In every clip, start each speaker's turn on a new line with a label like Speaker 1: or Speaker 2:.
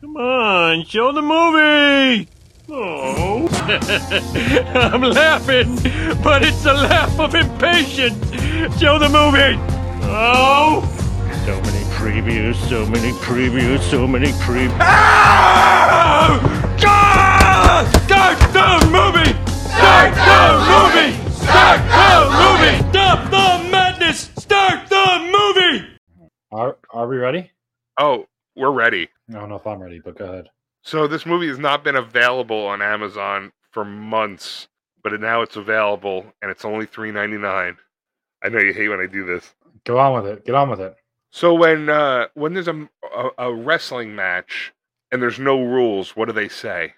Speaker 1: Come on, show the movie! Oh, I'm laughing, but it's a laugh of impatience. Show the movie! Oh! So many previews, so many previews, so many previews. Start the movie! Start the movie! Start the movie! Stop the madness! Start the movie!
Speaker 2: Are are we ready?
Speaker 3: Oh, we're ready.
Speaker 2: I don't know if I'm ready, but go ahead.
Speaker 3: So this movie has not been available on Amazon for months, but now it's available and it's only three ninety nine. I know you hate when I do this.
Speaker 2: Go on with it. Get on with it.
Speaker 3: So when uh, when there's a, a a wrestling match and there's no rules, what do they say?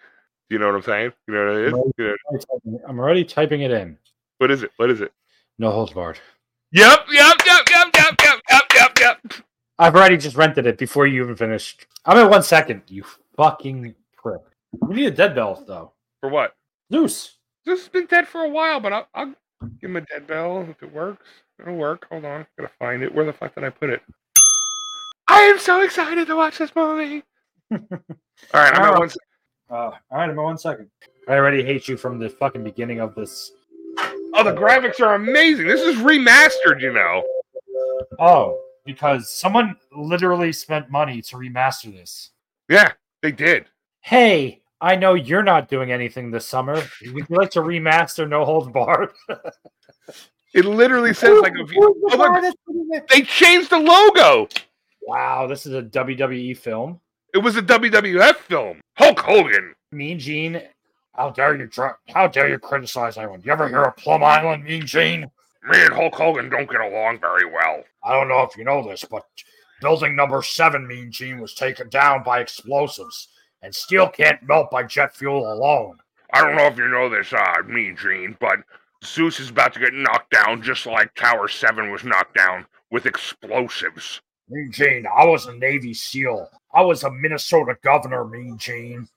Speaker 3: Do you know what I'm saying? You know what it is?
Speaker 2: No.
Speaker 3: You know-
Speaker 2: I'm already typing- I'm already typing it in.
Speaker 3: what is it? What is it?
Speaker 2: No holds barred.
Speaker 3: Yep, yep, yep, yep, yep, yep, yep, yep, yep.
Speaker 2: I've already just rented it before you even finished. I'm at one second. You fucking prick. We need a dead bell though.
Speaker 3: For what?
Speaker 2: Loose.
Speaker 3: This has been dead for a while, but I'll, I'll give him a dead bell if it works. It'll work. Hold on, gotta find it. Where the fuck did I put it? I am so excited to watch this movie. All right, I'm at
Speaker 2: Wow.
Speaker 3: one.
Speaker 2: Uh, all right, I'm at one second. I already hate you from the fucking beginning of this.
Speaker 3: Oh, the graphics are amazing. This is remastered, you know.
Speaker 2: Oh, because someone literally spent money to remaster this.
Speaker 3: Yeah, they did.
Speaker 2: Hey, I know you're not doing anything this summer. Would you like to remaster No Holds Barred?
Speaker 3: It literally says like a. view- Oh, look, they changed the logo.
Speaker 2: Wow, this is a WWE film.
Speaker 3: It was a WWF film. Hulk Hogan.
Speaker 2: Mean Gene, how dare you? Try, how dare you criticize anyone? You ever hear of Plum Island, Mean Gene?
Speaker 3: Me and Hulk Hogan don't get along very well.
Speaker 2: I don't know if you know this, but building number seven, Mean Gene, was taken down by explosives, and steel can't melt by jet fuel alone.
Speaker 3: I don't know if you know this, uh, Mean Gene, but Zeus is about to get knocked down just like Tower 7 was knocked down with explosives.
Speaker 2: Mean Gene, I was a Navy SEAL. I was a Minnesota governor, Mean Gene.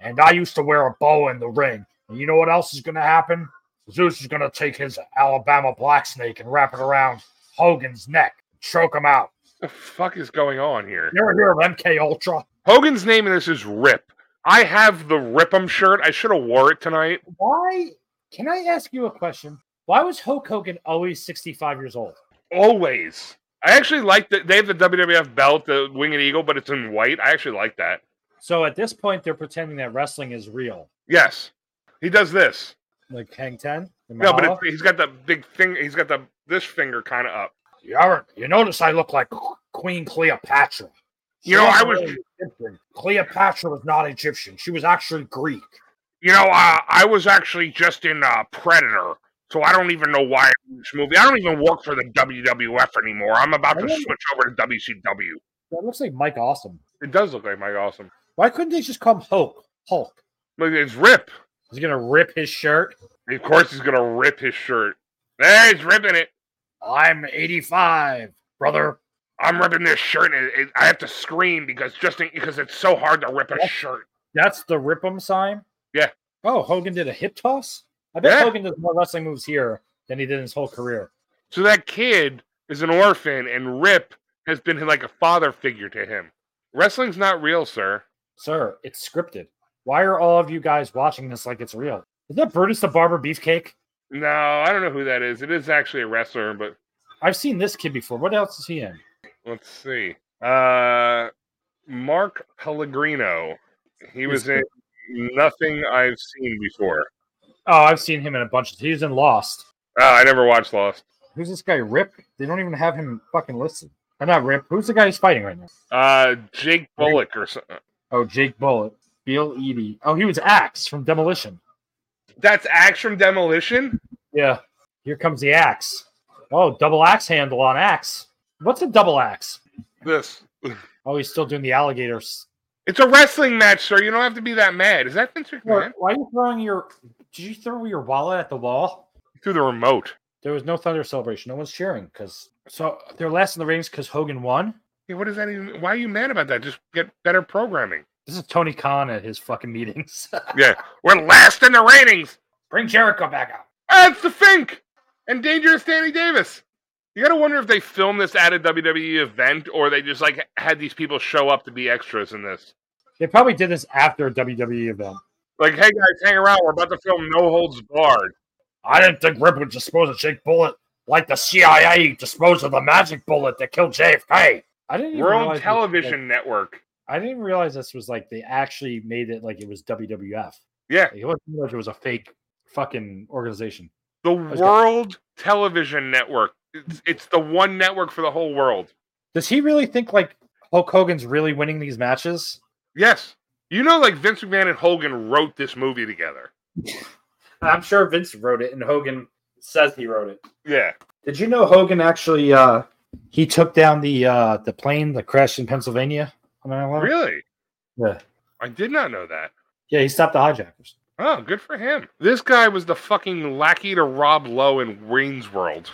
Speaker 2: And I used to wear a bow in the ring. And you know what else is going to happen? Zeus is going to take his Alabama black snake and wrap it around Hogan's neck, choke him out.
Speaker 3: The fuck is going on here?
Speaker 2: You ever hear of MK Ultra?
Speaker 3: Hogan's name in this is Rip. I have the Rip'em shirt. I should have wore it tonight.
Speaker 2: Why? Can I ask you a question? Why was Hulk Hogan always 65 years old?
Speaker 3: Always. I actually like that they have the WWF belt, the Winged Eagle, but it's in white. I actually like that.
Speaker 2: So at this point, they're pretending that wrestling is real.
Speaker 3: Yes. He does this.
Speaker 2: Like Hang Ten?
Speaker 3: No, but it's, he's got the big thing. He's got the this finger kind of up.
Speaker 2: You, ever, you notice I look like Queen Cleopatra.
Speaker 3: You know, I was
Speaker 2: wasn't Egyptian. Cleopatra was not Egyptian. She was actually Greek.
Speaker 3: you know, uh, I was actually just in uh, Predator, so I don't even know why I'm in this movie. I don't even work for the WWF anymore. I'm about to
Speaker 2: Really?
Speaker 3: switch over to WCW.
Speaker 2: That looks like Mike Awesome.
Speaker 3: It does look like Mike Awesome.
Speaker 2: Why couldn't they just call him Hulk? Hulk.
Speaker 3: Look, it's Rip.
Speaker 2: He's gonna rip his shirt.
Speaker 3: Of course, he's gonna rip his shirt. There, he's ripping it.
Speaker 2: I'm 85, brother.
Speaker 3: I'm ripping this shirt. And it, I have to scream because just in, because it's so hard to rip a shirt.
Speaker 2: That's the rip 'em sign.
Speaker 3: Yeah.
Speaker 2: Oh, Hogan did a hip toss. I bet
Speaker 3: Yeah.
Speaker 2: Hogan does more wrestling moves here than he did in his whole career.
Speaker 3: So that kid is an orphan, and Rip has been like a father figure to him. Wrestling's not real, sir.
Speaker 2: Sir, it's scripted. Why are all of you guys watching this like it's real? Is that Brutus the Barber Beefcake?
Speaker 3: No, I don't know who that is. It is actually a wrestler, but
Speaker 2: I've seen this kid before. What else is he in?
Speaker 3: let's see. Uh, Mark Pellegrino. He was in nothing I've seen before.
Speaker 2: Oh, I've seen him in a bunch of. He's in Lost.
Speaker 3: Uh, I never watched Lost.
Speaker 2: Who's this guy, Rip? They don't even have him fucking listed. Or not Rip. Who's the guy he's fighting right now?
Speaker 3: Uh, Jake Bullock or something.
Speaker 2: Oh, Jake Bullet. Bill Eby. Oh, he was Axe from Demolition.
Speaker 3: That's Axe from Demolition.
Speaker 2: Yeah. Here comes the axe. Oh, double axe handle on axe. What's a double axe?
Speaker 3: This.
Speaker 2: Oh, he's still doing the alligators.
Speaker 3: It's a wrestling match, sir. You don't have to be that mad. Is that Vince
Speaker 2: Why
Speaker 3: McMahon?
Speaker 2: why are you throwing your. Did you throw your wallet at the wall?
Speaker 3: Through the remote.
Speaker 2: There was no Thunder celebration. No one's cheering because. So they're last in the ratings because Hogan won.
Speaker 3: Yeah, what is that even? Why are you mad about that? Just get better programming.
Speaker 2: This is Tony Khan at his fucking meetings.
Speaker 3: Yeah, we're last in the ratings.
Speaker 2: Bring Jericho back out.
Speaker 3: That's the Fink and Dangerous Danny Davis. You gotta wonder if they E filmed this at a WWE event or they just like had these people show up to be extras in this.
Speaker 2: They probably did this after a WWE event.
Speaker 3: Like, hey guys, hang around. We're about to film No Holds Barred.
Speaker 4: I didn't think Rip would dispose of Jake Bullet like the CIA disposed of the magic bullet that killed JFK.
Speaker 2: I didn't. Even
Speaker 3: We're on
Speaker 2: realize this- like,
Speaker 3: television network.
Speaker 2: I didn't realize this was like they actually made it like it was WWF.
Speaker 3: Yeah,
Speaker 2: Like, it wasn't like it was a fake fucking organization.
Speaker 3: the
Speaker 2: was gonna-
Speaker 3: World Television Network. It's, it's the one network for the whole world.
Speaker 2: Does he really think like Hulk Hogan's really winning these matches?
Speaker 3: Yes, you know, like Vince McMahon and Hogan wrote this movie together.
Speaker 5: I'm sure Vince wrote it, and Hogan says he wrote it.
Speaker 3: Yeah,
Speaker 2: Did you know Hogan actually uh he took down the uh the plane that crashed in Pennsylvania on 9/11?
Speaker 3: really.
Speaker 2: Yeah.
Speaker 3: I did not know that.
Speaker 2: Yeah, he stopped the hijackers.
Speaker 3: Oh, good for him. This guy was the fucking lackey to Rob Lowe in Wayne's World.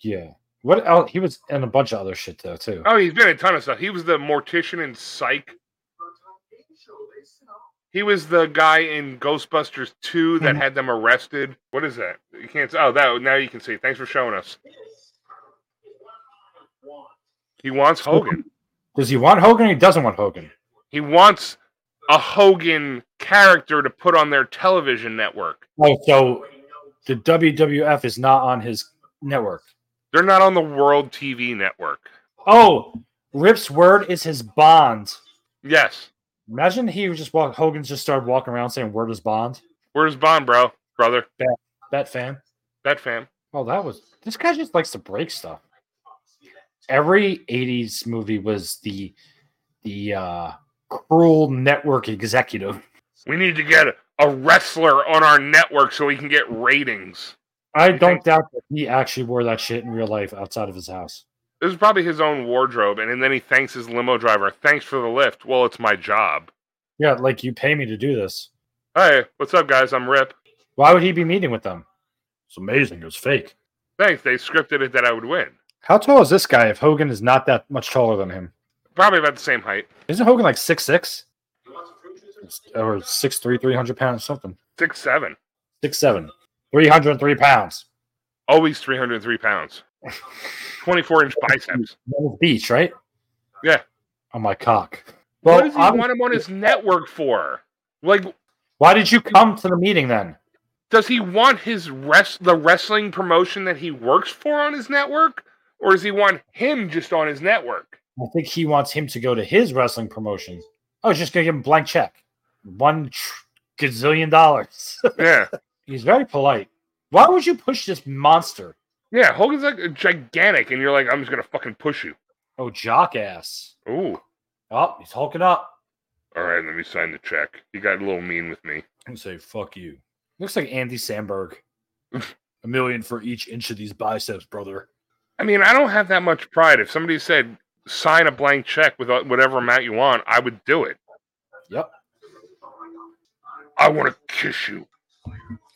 Speaker 2: Yeah. What else? He was in a bunch of other shit though too.
Speaker 3: Oh, he's been in a ton of stuff. He was the mortician in Psych. He was the guy in Ghostbusters 2 that had them arrested. What is that? You can't. Oh, that now you can see. Thanks for showing us. He wants Hogan.
Speaker 2: Does he want Hogan or he doesn't want Hogan?
Speaker 3: He wants a Hogan character to put on their television network.
Speaker 2: Oh, so the WWF is not on his network.
Speaker 3: They're not on the World TV network.
Speaker 2: Oh, Rip's word is his bond.
Speaker 3: Yes.
Speaker 2: Imagine he just walk. Hogan just started walking around saying "Word is bond."
Speaker 3: Where's Bond, bro? Brother.
Speaker 2: That fan.
Speaker 3: That fam.
Speaker 2: Oh, that was this guy just likes to break stuff. Every '80s movie was the the uh, cruel network executive.
Speaker 3: We need to get a wrestler on our network so we can get ratings.
Speaker 2: I
Speaker 3: You
Speaker 2: don't
Speaker 3: think-
Speaker 2: doubt that he actually wore that shit in real life outside of his house.
Speaker 3: This is probably his own wardrobe, and then he thanks his limo driver. Thanks for the lift. Well, it's my job.
Speaker 2: Yeah, like you pay me to do this.
Speaker 3: Hey, what's up, guys? I'm Rip.
Speaker 2: Why would he be meeting with them?
Speaker 4: It's amazing. It was fake.
Speaker 3: Thanks. They scripted it that I would win.
Speaker 2: How tall is this guy? If Hogan is not that much taller than him,
Speaker 3: Probably about the same height.
Speaker 2: isn't Hogan like six six or six three, three hundred pounds, something?
Speaker 3: Six seven.
Speaker 2: six seven, 303 pounds.
Speaker 3: Always 303 pounds. 24 inch biceps.
Speaker 2: Venice Beach, right?
Speaker 3: Yeah.
Speaker 2: On my cock.
Speaker 3: what
Speaker 2: Well,
Speaker 3: does he
Speaker 2: I'm-
Speaker 3: want him on his network for? Like,
Speaker 2: why did you come to the meeting then?
Speaker 3: does he want his rest the wrestling promotion that he works for on his network, or does he want him just on his network?
Speaker 2: I think he wants him to go to his wrestling promotion. Oh, he's just gonna give him a blank check, one tr- gazillion dollars.
Speaker 3: Yeah.
Speaker 2: he's very polite. Why would you push this monster?
Speaker 3: Yeah, Hogan's like uh, gigantic, and you're like, I'm just gonna fucking push you.
Speaker 2: Oh, jock ass.
Speaker 3: Ooh,
Speaker 2: Oh, he's hulking up.
Speaker 3: all right, let me sign the check. You got a little mean with me.
Speaker 2: And say fuck you. Looks like Andy Sandberg.
Speaker 4: A million for each inch of these biceps, brother.
Speaker 3: I mean, I don't have that much pride. If somebody said sign a blank check with uh, whatever amount you want, I would do it.
Speaker 2: Yep.
Speaker 3: I want to kiss you.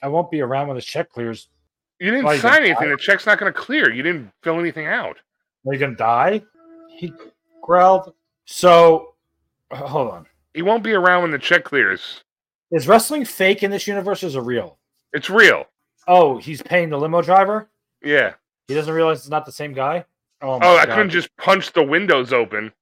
Speaker 2: I won't be around when the check clears.
Speaker 3: You didn't
Speaker 2: Why you
Speaker 3: sign
Speaker 2: gonna
Speaker 3: anything. The check's not gonna clear. You didn't fill anything out.
Speaker 2: Are you gonna die? He growled. So, h- hold on.
Speaker 3: He won't be around when the check clears.
Speaker 2: Is wrestling fake in this universe? Or is it real?
Speaker 3: It's real.
Speaker 2: Oh, he's paying the limo driver.
Speaker 3: Yeah.
Speaker 2: He doesn't realize it's not the same guy. Oh, my
Speaker 3: Oh, I
Speaker 2: God.
Speaker 3: couldn't just punch the windows open.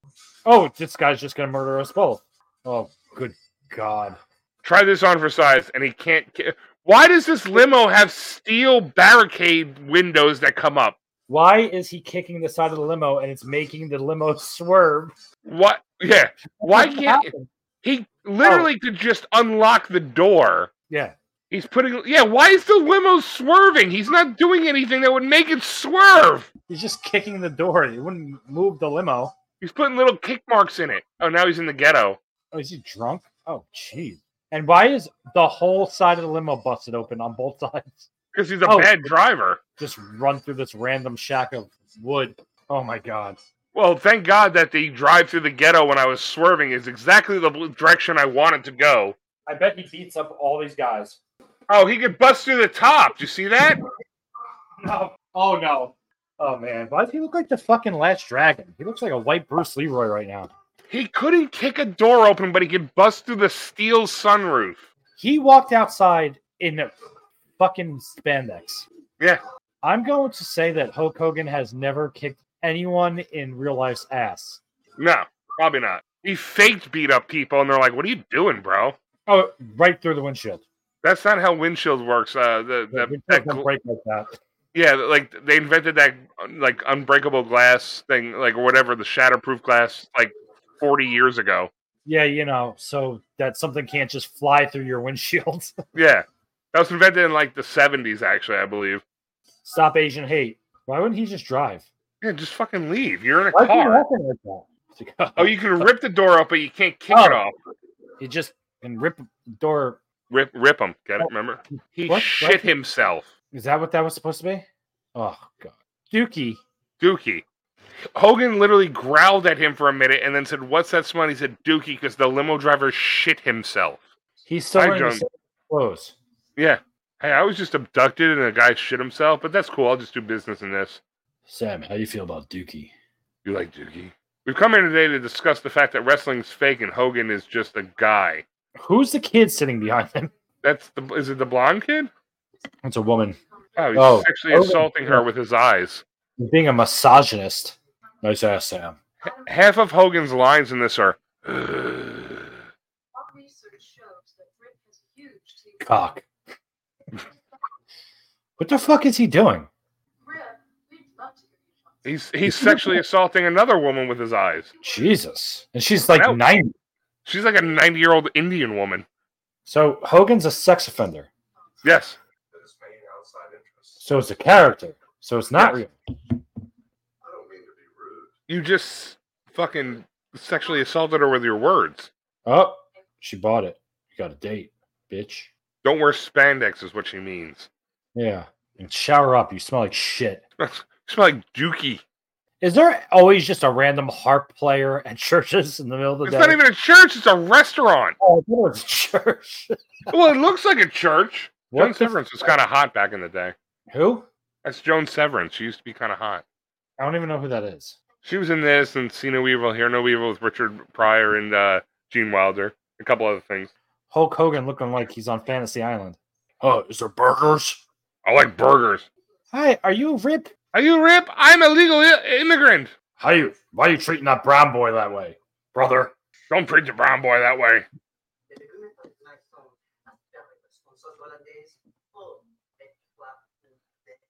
Speaker 2: Oh, this guy's just gonna murder us both. Oh, good God!
Speaker 3: Try this on for size, and he can't. Ki- Why does this limo have steel barricade windows that come up?
Speaker 2: Why is he kicking the side of the limo and it's making the limo swerve?
Speaker 3: What? Yeah. Why
Speaker 2: What
Speaker 3: can't
Speaker 2: happened?
Speaker 3: he literally could just unlock the door?
Speaker 2: Oh. Yeah.
Speaker 3: He's putting. Yeah. Why is the limo swerving? He's not doing anything that would make it swerve.
Speaker 2: He's just kicking the door. He wouldn't move the limo.
Speaker 3: He's putting little kick marks in it. Oh, now he's in the ghetto.
Speaker 2: Oh, is he drunk? Oh, jeez. And why is the whole side of the limo busted open on both sides?
Speaker 3: Because he's a
Speaker 2: Oh.
Speaker 3: bad driver.
Speaker 2: Just run through this random shack of wood. Oh my God!
Speaker 3: Well, thank God that the drive through the ghetto when I was swerving is exactly the bl- direction I wanted to go.
Speaker 2: I bet he beats up all these guys.
Speaker 3: Oh, he could bust through the top. Do you see that?
Speaker 2: No. Oh no. Oh man, why does he look like the fucking last dragon? He looks like a white Bruce Leroy right now.
Speaker 3: He couldn't kick a door open, but he could bust through the steel sunroof.
Speaker 2: He walked outside in a fucking spandex.
Speaker 3: Yeah.
Speaker 2: I'm going to say that Hulk Hogan has never kicked anyone in real life's ass.
Speaker 3: No, probably not. He faked beat up people, and they're like, "What are you doing, bro?"
Speaker 2: Oh, right through the windshield.
Speaker 3: That's not how windshield works. Uh, the,
Speaker 2: Yeah,
Speaker 3: the,
Speaker 2: windshield
Speaker 3: that
Speaker 2: don't
Speaker 3: gl-
Speaker 2: break like that.
Speaker 3: yeah, like they invented that like unbreakable glass thing, like or whatever the shatterproof glass, like forty years ago.
Speaker 2: Yeah, you know, so that something can't just fly through your windshield.
Speaker 3: Yeah, that was invented in like the seventies, actually, I believe.
Speaker 2: Stop Asian hate. Why wouldn't he just drive?
Speaker 3: Yeah, just fucking leave. You're in a
Speaker 2: Why is he
Speaker 3: car.
Speaker 2: laughing like that?
Speaker 3: Oh, you can rip the door off, but you can't kick it
Speaker 2: Oh.
Speaker 3: off.
Speaker 2: He just can rip the door.
Speaker 3: Rip, rip him. Got it? Remember? He
Speaker 2: What?
Speaker 3: shit
Speaker 2: What?
Speaker 3: himself.
Speaker 2: Is that what that was supposed to be? Oh god, Dookie.
Speaker 3: Dookie. Hogan literally growled at him for a minute and then said, What's that smell? And He said, Dookie, because the limo driver shit himself.
Speaker 2: He's still
Speaker 3: Hi,
Speaker 2: wearing the
Speaker 3: John.
Speaker 2: same clothes.
Speaker 3: Yeah. Hey, I was just abducted and a guy shit himself, but that's cool. I'll just do business in this.
Speaker 2: Sam, how you feel about Dookie?
Speaker 3: You like Dookie? We've come here today to discuss the fact that wrestling's fake and Hogan is just a guy.
Speaker 2: Who's the kid sitting behind him?
Speaker 3: That's the is it the blonde kid?
Speaker 2: It's a woman.
Speaker 3: Oh, he's
Speaker 2: Oh,
Speaker 3: sexually
Speaker 2: Hogan.
Speaker 3: assaulting her with his eyes.
Speaker 2: He's being a misogynist. Nice ass, Sam.
Speaker 3: Half of Hogan's lines in this are "Ugh."
Speaker 6: Our research shows that Brit has a huge TV.
Speaker 2: Cock. what the fuck is he doing?
Speaker 6: Brit, we'd love to give you one.
Speaker 3: he's he's sexually assaulting another woman with his eyes.
Speaker 2: Jesus. And she's like
Speaker 3: Well-
Speaker 2: 90.
Speaker 3: She's like a 90 year old Indian woman.
Speaker 2: So Hogan's a sex offender.
Speaker 3: Yes.
Speaker 2: So it's a character. So it's not real.
Speaker 3: You just fucking sexually assaulted her with your words.
Speaker 2: Oh, she bought it. You got a date, bitch.
Speaker 3: Don't wear spandex, is what she means.
Speaker 2: Yeah. And shower up. You smell like shit.
Speaker 3: You smell like dookie.
Speaker 2: Is there always just a random harp player at churches in the middle of the
Speaker 3: It's
Speaker 2: day?
Speaker 3: not even a church, it's a restaurant.
Speaker 2: Oh, I thought it was a church.
Speaker 3: Well, it looks like a church.
Speaker 2: What
Speaker 3: Joan
Speaker 2: the-
Speaker 3: Severance was kind of hot back in the day.
Speaker 2: Who?
Speaker 3: That's Joan Severance. She used to be kind of hot.
Speaker 2: I don't even know who that is.
Speaker 3: She was in this and See No Evil, Hear No Evil with Richard Pryor and uh, Gene Wilder, a couple other things.
Speaker 2: Hulk Hogan looking like he's on Fantasy Island. Oh, is there burgers?
Speaker 3: I like burgers.
Speaker 2: Hi, are you Rip?
Speaker 3: Are you Rip? I'm a legal I- immigrant.
Speaker 2: How you? Why you treating that brown boy that way, brother?
Speaker 3: Don't preach a brown boy that way.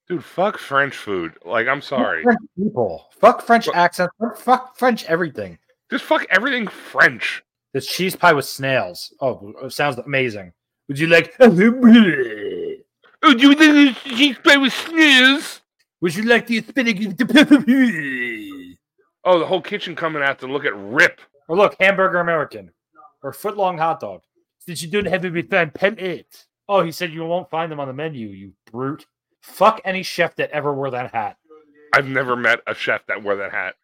Speaker 3: Dude, fuck French food. Like, I'm sorry.
Speaker 2: French people. Fuck French
Speaker 3: Fuck.
Speaker 2: accents. Fuck French everything.
Speaker 3: Just fuck everything French.
Speaker 2: This cheese pie with snails. Oh, it sounds amazing. Would you like? Would
Speaker 3: Oh, do you think she's play with sneeze?
Speaker 2: you like the asparagus? with the pepperoni?
Speaker 3: Oh, the whole kitchen coming out to look at Rip.
Speaker 2: Or Oh, look, hamburger American, or foot long hot dog. Since you didn't have any fan pen it. Oh, he said you won't find them on the menu. You brute. Fuck any chef that ever wore that hat.
Speaker 3: I've never met a chef that wore that hat.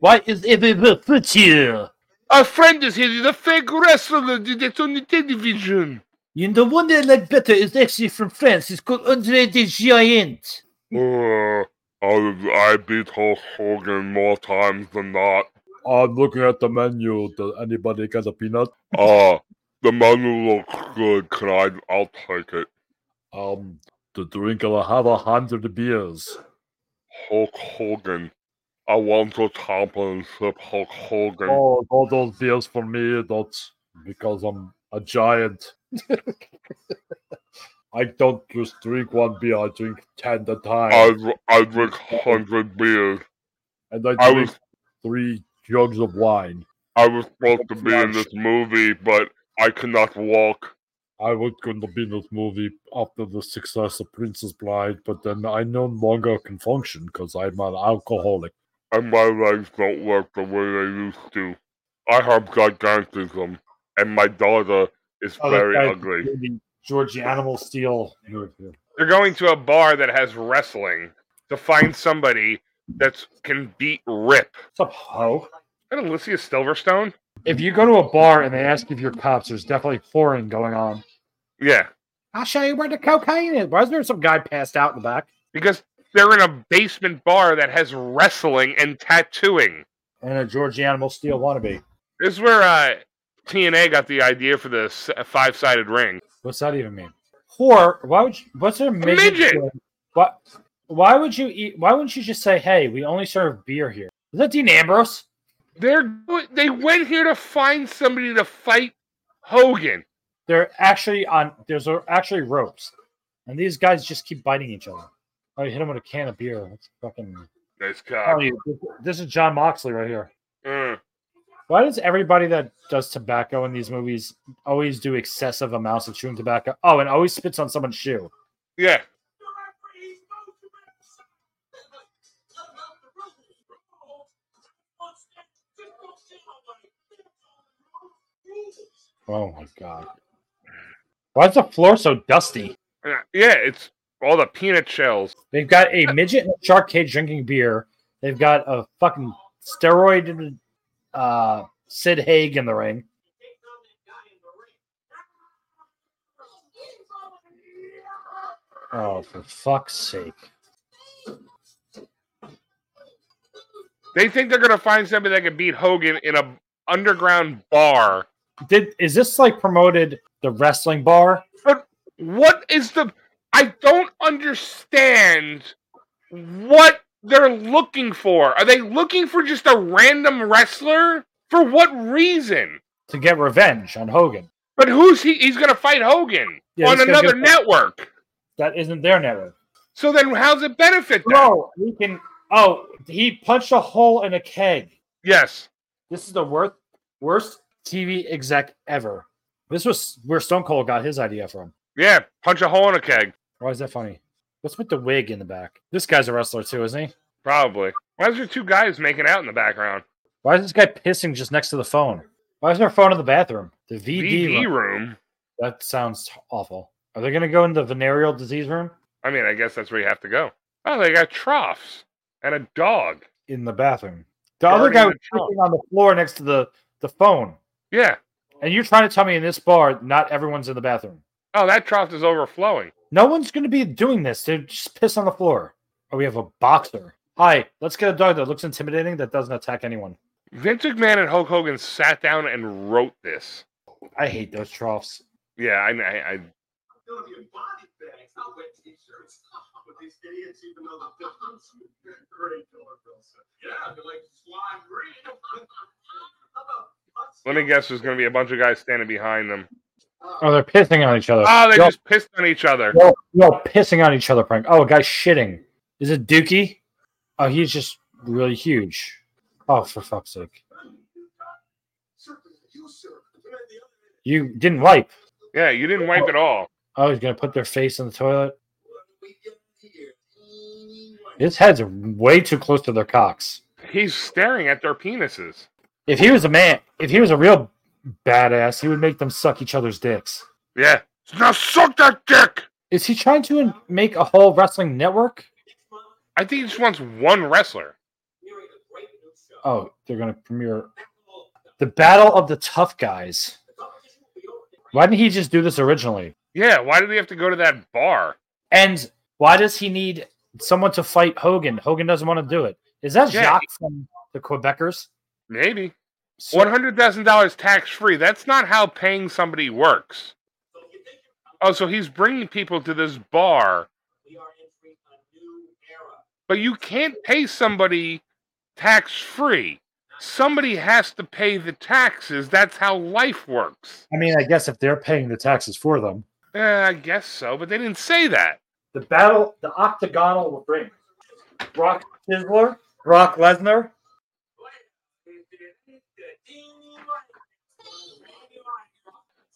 Speaker 2: Why is it a foot here?
Speaker 3: Our friend is here. He's a fake wrestler that's on the television.
Speaker 2: You know, the one that I like better is actually from France. It's called Andre the Giant.
Speaker 3: Uh, I, I beat Hulk Hogan more times than not.
Speaker 7: I'm looking at the menu. Does anybody get a peanut?
Speaker 3: Uh, the menu looks good. Can I? I'll take it.
Speaker 7: Um, the drink will have a hundred beers.
Speaker 3: Hulk Hogan. I want to top and slip Hulk Hogan.
Speaker 7: Oh, all those beers for me. That's because I'm a giant. I don't just drink one beer. I drink ten at a time,
Speaker 3: I drink hundred beers.
Speaker 7: and I drink
Speaker 3: I was-
Speaker 7: three jugs of wine.
Speaker 3: I was supposed to be in this movie, but I cannot walk.
Speaker 7: I was going to be in this movie after the success of Princess Bride, but then I no longer can function because I'm an alcoholic.
Speaker 3: and my legs don't work the way they used to. I have gigantism, and my daughter is
Speaker 2: Oh, that
Speaker 3: very
Speaker 2: guy-
Speaker 3: ugly.
Speaker 2: George Animal Steel. Who
Speaker 3: They're going to a bar that has wrestling to find somebody that can beat Rip.
Speaker 2: What's up, ho?
Speaker 3: Is that Alicia Silverstone?
Speaker 2: If you go to a bar and they ask if you're cops, there's definitely foreign going on.
Speaker 3: Yeah,
Speaker 2: I'll show you where the cocaine is. Why is there some guy passed out in the back?
Speaker 3: because they're in a basement bar that has wrestling and tattooing.
Speaker 2: And a George Animal Steel wannabe.
Speaker 3: This is where uh, TNA got the idea for the five sided ring.
Speaker 2: What's that even mean? Whore? Why would you, what's there midget?
Speaker 3: midget!
Speaker 2: doing? What? Why would you eat? Why wouldn't you just say, "Hey, we only serve beer here"? Is that Dean Ambrose?
Speaker 3: They're go- they went here to find somebody to fight Hogan.
Speaker 2: They're actually on. There's a- actually ropes, and these guys just keep biting each other. Oh, you hit him with a can of beer. That's fucking.
Speaker 3: Nice
Speaker 2: Oh,
Speaker 3: cock.
Speaker 2: you, this is John Moxley right here.
Speaker 3: Mm.
Speaker 2: Why does everybody that does tobacco in these movies always do excessive amounts of chewing tobacco? Oh, and always spits on someone's shoe.
Speaker 3: Yeah.
Speaker 2: Oh my god. Why is the floor so dusty?
Speaker 3: Uh, Yeah, it's all the peanut shells.
Speaker 2: They've got a midget in a shark cage drinking beer. They've got a fucking steroid uh, Sid Haig in the ring. Oh, for fuck's sake.
Speaker 3: They think they're gonna find somebody that can beat Hogan in a underground bar.
Speaker 2: Did is this like promoted the wrestling bar?
Speaker 3: What is the? I don't understand what they're looking for. Are they looking for just a random wrestler? For what reason?
Speaker 2: to get revenge on Hogan.
Speaker 3: But who's he? He's gonna fight Hogan
Speaker 2: Yeah,
Speaker 3: on
Speaker 2: he's gonna
Speaker 3: another
Speaker 2: get-
Speaker 3: network.
Speaker 2: That isn't their narrative.
Speaker 3: So then, how's it benefit them?
Speaker 2: No, we can. Oh, he punched a hole in a keg.
Speaker 3: Yes.
Speaker 2: This is the worst, worst TV exec ever. This was where Stone Cold got his idea from.
Speaker 3: Yeah. Punch a hole in a keg.
Speaker 2: Why is that funny? What's with the wig in the back? This guy's a wrestler too, isn't he?
Speaker 3: Probably. Why is there two guys making out in the background?
Speaker 2: Why is this guy pissing just next to the phone? Why is there a phone in the bathroom? The VD.
Speaker 3: VD
Speaker 2: room.
Speaker 3: room.
Speaker 2: That sounds awful. Are they going to go in the venereal disease room
Speaker 3: I mean, I guess that's where you have to go. Oh, they got troughs and a dog.
Speaker 2: in the bathroom? The other guy was
Speaker 3: Guarding the
Speaker 2: sleeping on the floor next to the the phone.
Speaker 3: Yeah.
Speaker 2: And you're trying to tell me in this bar, not everyone's in the bathroom.
Speaker 3: Oh, that trough is overflowing.
Speaker 2: No one's going to be doing this. They're just piss on the floor. Oh, we have a boxer. Hi, let's get a dog that looks intimidating that doesn't attack anyone.
Speaker 3: Vince McMahon and Hulk Hogan sat down and wrote this.
Speaker 2: I hate those troughs.
Speaker 3: Yeah, I, I, I let me guess. There's going to be a bunch of guys standing behind them.
Speaker 2: Oh, they're pissing on each other.
Speaker 3: Oh, they
Speaker 2: Yo,
Speaker 3: just pissed on each other.
Speaker 2: yo, yo, pissing on each other prank. Oh, a guy's shitting. Is it Dookie? Oh, he's just really huge. Oh, for fuck's sake. You didn't wipe.
Speaker 3: Yeah, you didn't wipe at all.
Speaker 2: Oh, he's going to put their face in the toilet. His head's way too close to their cocks.
Speaker 3: He's staring at their penises.
Speaker 2: If he was a man, if he was a real badass, he would make them suck each other's dicks.
Speaker 3: Yeah. Now suck that dick.
Speaker 2: Is he trying to in- make a whole wrestling network?
Speaker 3: I think he just wants one wrestler.
Speaker 2: Oh, they're going to premiere the Battle of the Tough Guys. Why didn't he just do this originally?
Speaker 3: Yeah. Why did he have to go to that bar?
Speaker 2: And why does he need someone to fight Hogan? Hogan doesn't want to do it. Is that
Speaker 3: Yeah.
Speaker 2: Jacques from the Quebecers?
Speaker 3: Maybe
Speaker 2: So-
Speaker 3: one hundred thousand dollars tax free. That's not how paying somebody works. Oh, so he's bringing people to this bar. But you can't pay somebody tax free. Somebody has to pay the taxes. That's how life works.
Speaker 2: I mean, I guess if they're paying the taxes for them.
Speaker 3: Yeah, I guess so, but they didn't say that.
Speaker 2: The battle, the octagonal ring. Brock Chisler, Brock Lesnar.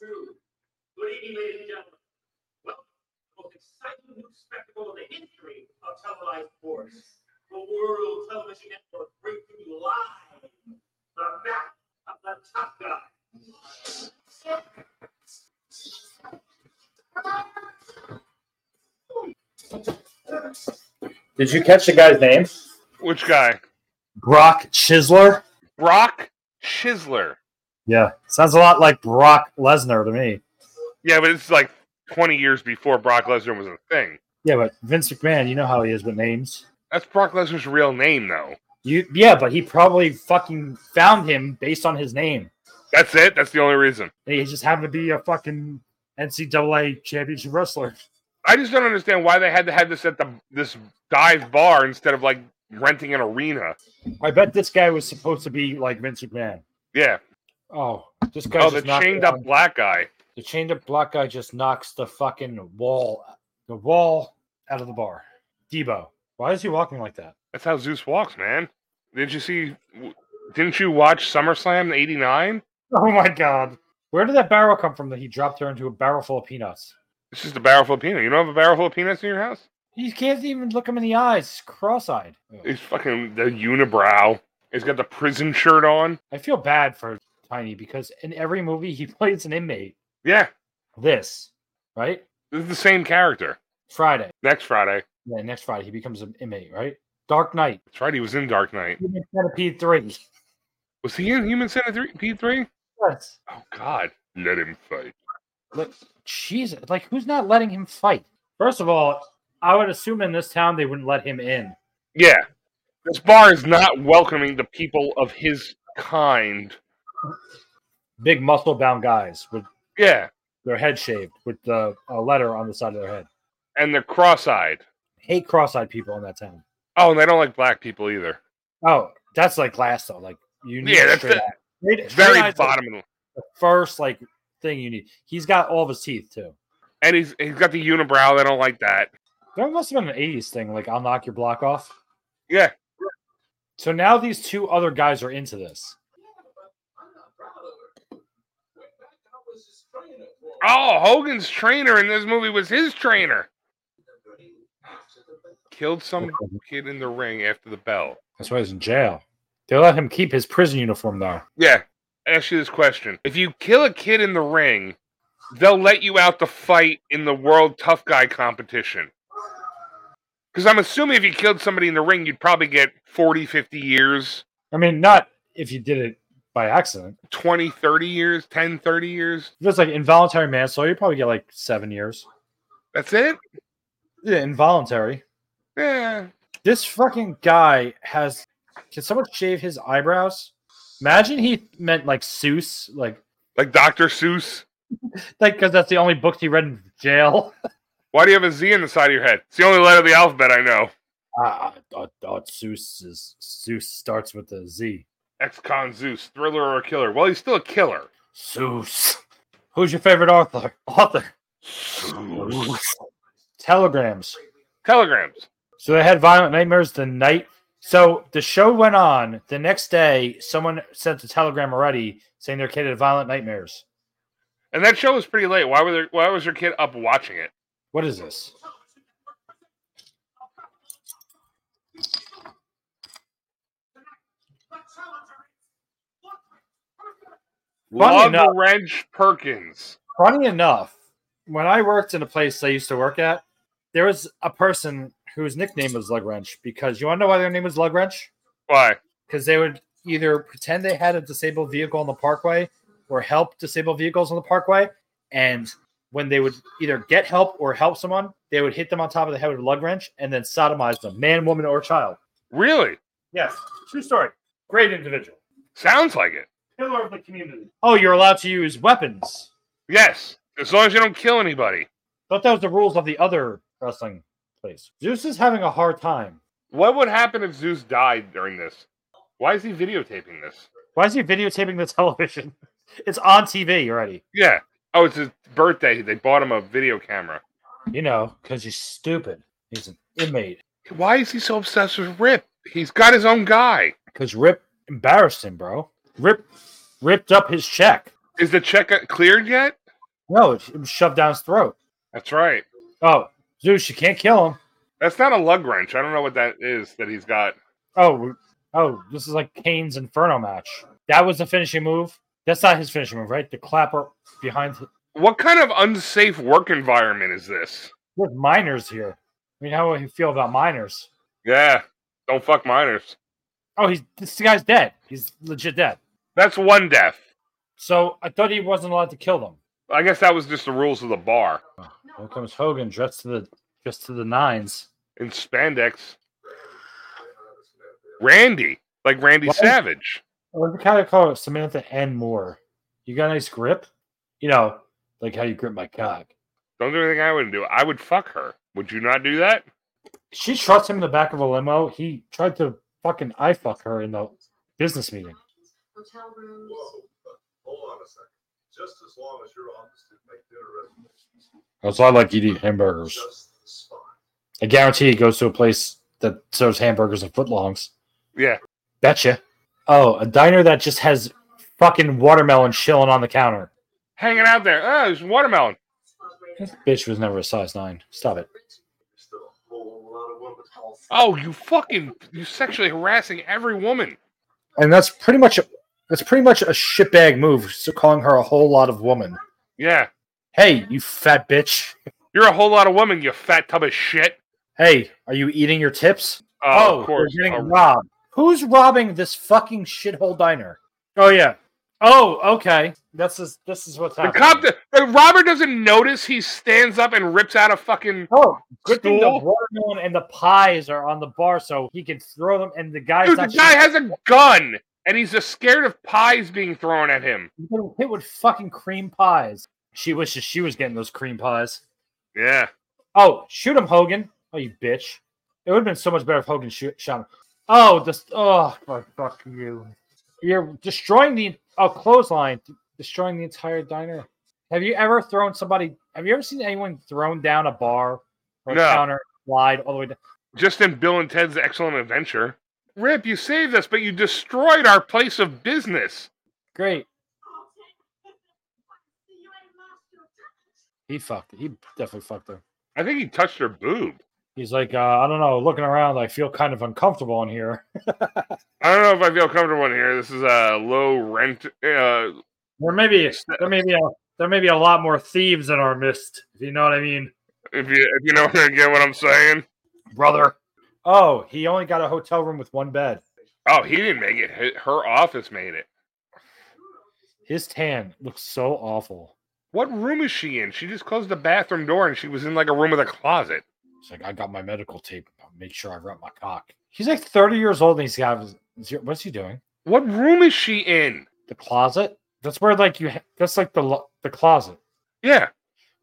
Speaker 8: Good evening, ladies and gentlemen. Welcome to the most exciting new spectacle in the history of televised sports. The World Television Network brings you live the back of the top guy.
Speaker 5: Did you catch the guy's name?
Speaker 3: Which guy?
Speaker 2: Brock Chisler.
Speaker 3: Brock Chisler.
Speaker 2: Yeah, sounds a lot like Brock Lesnar to me.
Speaker 3: Yeah, but it's like 20 years before Brock Lesnar was a thing.
Speaker 2: Yeah, but Vince McMahon, you know how he is with names.
Speaker 3: That's Brock Lesnar's real name, though.
Speaker 2: You, yeah, but he probably fucking found him based on his name.
Speaker 3: That's it. That's the only reason.
Speaker 2: He just happened to be a fucking NCAA championship wrestler.
Speaker 3: I just don't understand why they had to have this at the this dive bar instead of like renting an arena.
Speaker 2: I bet this guy was supposed to be like Vince McMahon.
Speaker 3: Yeah.
Speaker 2: Oh, this guy.
Speaker 3: Oh,
Speaker 2: just
Speaker 3: the
Speaker 2: knocked
Speaker 3: chained
Speaker 2: down-
Speaker 3: up black guy.
Speaker 2: The chained up black guy just knocks the fucking wall, the wall out of the bar. Debo, why is he walking like that?
Speaker 3: That's how Zeus walks, man. Didn't you see? w- Didn't you watch SummerSlam '89?
Speaker 2: Oh my god, where did that barrel come from that he dropped her into a barrel full of peanuts?
Speaker 3: It's just a barrel full of peanuts. You don't have a barrel full of peanuts in your house?
Speaker 2: He can't even look him in the eyes, cross eyed.
Speaker 3: It's fucking the unibrow. He's got the prison shirt on.
Speaker 2: I feel bad for Tiny because in every movie he plays an inmate.
Speaker 3: Yeah,
Speaker 2: This, right?
Speaker 3: this is the same character.
Speaker 2: Friday.
Speaker 3: Next Friday.
Speaker 2: Yeah, next Friday he becomes an inmate, right? Dark Knight.
Speaker 3: That's right. He was in Dark Knight.
Speaker 2: Human Centipede 3.
Speaker 3: Was he in Human Centipede three?
Speaker 2: Yes.
Speaker 3: Oh God, let him fight.
Speaker 2: Look, Jesus. Like, who's not letting him fight? First of all, I would assume in this town they wouldn't let him in.
Speaker 3: Yeah, this bar is not welcoming the people of his kind.
Speaker 2: Big muscle bound guys with
Speaker 3: Yeah,
Speaker 2: their head shaved with the, a letter on the side of their head.
Speaker 3: and they're cross-eyed.
Speaker 2: Hate cross eyed people in that town.
Speaker 3: Oh, and they don't like black people either.
Speaker 2: Oh, that's like glass though. Like, you need
Speaker 3: Yeah,
Speaker 2: a
Speaker 3: that's
Speaker 2: straight
Speaker 3: the-
Speaker 2: eye. Straight- straight
Speaker 3: Very
Speaker 2: eye's the
Speaker 3: bottom of the
Speaker 2: first like thing you need. He's got all of his teeth too.
Speaker 3: and he's he's got the unibrow. They don't like that.
Speaker 2: There must have been an 80s thing, like I'll knock your block off.
Speaker 3: Yeah.
Speaker 2: So now these two other guys are into this.
Speaker 8: I'm not proud of her. When that guy was his trainer for her,
Speaker 3: Oh, Hogan's trainer in this movie was his trainer.
Speaker 8: after the bell.
Speaker 3: Killed some kid in the ring after the bell.
Speaker 2: That's why he's in jail. They let him keep his prison uniform though.
Speaker 3: Yeah. I Ask you this question: If you kill a kid in the ring, they'll let you out to fight in the World Tough Guy competition. Because I'm assuming if you killed somebody in the ring, you'd probably get 40, 50 years,
Speaker 2: I mean, not if you did it by accident.
Speaker 3: 20, 30 years, 10, 30 years.
Speaker 2: If it's like involuntary manslaughter, you probably get like seven years.
Speaker 3: That's it?
Speaker 2: Yeah, involuntary.
Speaker 3: Yeah.
Speaker 2: This fucking guy has can someone shave his eyebrows? Imagine he meant like Seuss, like
Speaker 3: Like Dr. Seuss.
Speaker 2: like because that's the only books he read in jail.
Speaker 3: Why do you have a Z in the side of your head? It's the only letter of the alphabet I know.
Speaker 2: Ah, uh, Zeus is Zeus starts with a Z.
Speaker 3: Ex con Zeus, thriller or killer? Well, he's still a killer.
Speaker 2: Zeus. Who's your favorite author? Author. Telegrams.
Speaker 3: Telegrams.
Speaker 2: So they had violent nightmares the night. So the show went on. The next day, someone sent a telegram already saying their kid had violent nightmares.
Speaker 3: And that show was pretty late. Why were there, why was your kid up watching it?
Speaker 2: What is this? Funny
Speaker 3: Love
Speaker 2: enough-
Speaker 3: Wrench Perkins.
Speaker 2: Funny enough, when I worked in a place I used to work at, there was a person whose nickname was Lug Wrench because you want to know why their name was Lug Wrench?
Speaker 3: Why?
Speaker 2: because they would either pretend they had a disabled vehicle on the parkway or help disabled vehicles on the parkway. And when they would either get help or help someone, they would hit them on top of the head with a lug wrench and then sodomize them man, woman, or child.
Speaker 3: Really?
Speaker 2: Yes, true story. Great individual.
Speaker 3: Sounds like it.
Speaker 2: Pillar of the community. Oh, you're allowed to use weapons.
Speaker 3: Yes. As long as you don't kill anybody.
Speaker 2: Thought that was the rules of the other wrestling place. Zeus is having a hard time.
Speaker 3: What would happen if Zeus died during this? Why is he videotaping this?
Speaker 2: Why is he videotaping the television? It's on TV already.
Speaker 3: Yeah. Oh, it's his birthday. They bought him a video camera.
Speaker 2: You know, because he's stupid. He's an inmate.
Speaker 3: Why is he so obsessed with Rip? He's got his own guy.
Speaker 2: Because Rip embarrassed him, bro. Rip ripped up his check.
Speaker 3: Is the check cleared yet?
Speaker 2: No, it was shoved down his throat.
Speaker 3: That's right.
Speaker 2: Oh, Zeus, you can't kill him.
Speaker 3: That's not a lug wrench. I don't know what that is that he's got.
Speaker 2: Oh, oh, this is like Kane's Inferno match. That was the finishing move. That's not his finishing move, right? The clapper behind the-
Speaker 3: What kind of unsafe work environment is this?
Speaker 2: with minors here. I mean, how would he feel about minors?
Speaker 3: Yeah. Don't fuck minors.
Speaker 2: Oh, he's this guy's dead. He's legit dead.
Speaker 3: That's one death.
Speaker 2: So I thought he wasn't allowed to kill them.
Speaker 3: I guess that was just the rules of the bar.
Speaker 2: Here comes Hogan dressed to the dressed to the nines.
Speaker 3: In spandex. Randy. Like Randy
Speaker 2: What?
Speaker 3: Savage.
Speaker 2: Or the kind of call it Samantha and Moore. You got a nice grip? You know, like how you grip my cock.
Speaker 3: Don't do anything I wouldn't do. I would fuck her. Would you not do that?
Speaker 2: She trusts him in the back of a limo. He tried to fucking eye fuck her in the business meeting.
Speaker 6: Hotel rooms.
Speaker 8: Whoa, hold on a second. Just as long as your office didn't make dinner reservations,
Speaker 2: Oh,
Speaker 7: Because I like eating hamburgers.
Speaker 8: just as fine.
Speaker 2: I guarantee he goes to a place that serves hamburgers and footlongs.
Speaker 3: Yeah.
Speaker 2: Betcha. Oh, a diner that just has fucking watermelon chilling on the counter.
Speaker 3: Hanging out there. Oh, there's watermelon.
Speaker 2: This bitch was never a size nine. Stop it.
Speaker 8: There's still a whole lot of women.
Speaker 3: Oh, you fucking you sexually harassing every woman.
Speaker 2: And that's pretty much a, that's pretty much a shitbag move. So calling her a whole lot of woman.
Speaker 3: Yeah.
Speaker 2: Hey, you fat bitch.
Speaker 3: You're a whole lot of woman, you fat tub of shit.
Speaker 2: Hey, are you eating your tips?
Speaker 3: Oh, of
Speaker 2: we're
Speaker 3: course.
Speaker 2: getting
Speaker 3: Oh,
Speaker 2: robbed. Who's robbing this fucking shithole diner? Oh yeah. Oh, okay. This is this is what's
Speaker 3: the
Speaker 2: happening.
Speaker 3: cop, the, Robert doesn't notice. He stands up and rips out a fucking.
Speaker 2: Oh, good thing the
Speaker 3: Stool?
Speaker 2: watermelon and the pies are on the bar, so he can throw them. And the guy's
Speaker 3: Dude, the
Speaker 2: not
Speaker 3: guy has a gun, and he's just scared of pies being thrown at him.
Speaker 2: he's gonna hit with fucking cream pies. She wishes she was getting those cream pies.
Speaker 3: Yeah.
Speaker 2: Oh, shoot him, Hogan! Oh, you bitch! It would have been so much better if Hogan shoot, shot him. Oh, this. Oh, fuck, fuck you! You're destroying the oh clothesline, destroying the entire diner. Have you ever thrown somebody? Have you ever seen anyone thrown down a bar or a
Speaker 3: No.
Speaker 2: counter, slide all the way down?
Speaker 3: Just in Bill and Ted's Excellent Adventure. Rip, you saved us, but you destroyed our place of business.
Speaker 2: Great.
Speaker 6: You ain't master of that.
Speaker 2: He fucked. He definitely fucked her.
Speaker 3: I think he touched her boob.
Speaker 2: He's like, uh, I don't know. Looking around, I feel kind of uncomfortable in here.
Speaker 3: I don't know if I feel comfortable in here. This is a low rent. Uh,
Speaker 2: There may be there may be a, there may be a lot more thieves in our midst, if you know what I mean,
Speaker 3: if you if you know again what I'm saying.
Speaker 2: brother. Oh, he only got a hotel room with one bed.
Speaker 3: Oh, he didn't make it. H- Her office made it.
Speaker 2: His tan looks so awful.
Speaker 3: What room is she in? She just closed the bathroom door and she was in like a room with a closet.
Speaker 2: He's like, I got my medical tape. I'll make sure I wrap my cock. He's like 30 years old and he's got his, zero- what's he doing?
Speaker 3: What room is she in?
Speaker 2: The closet? That's where like you ha- that's like the lo- the closet.
Speaker 3: Yeah.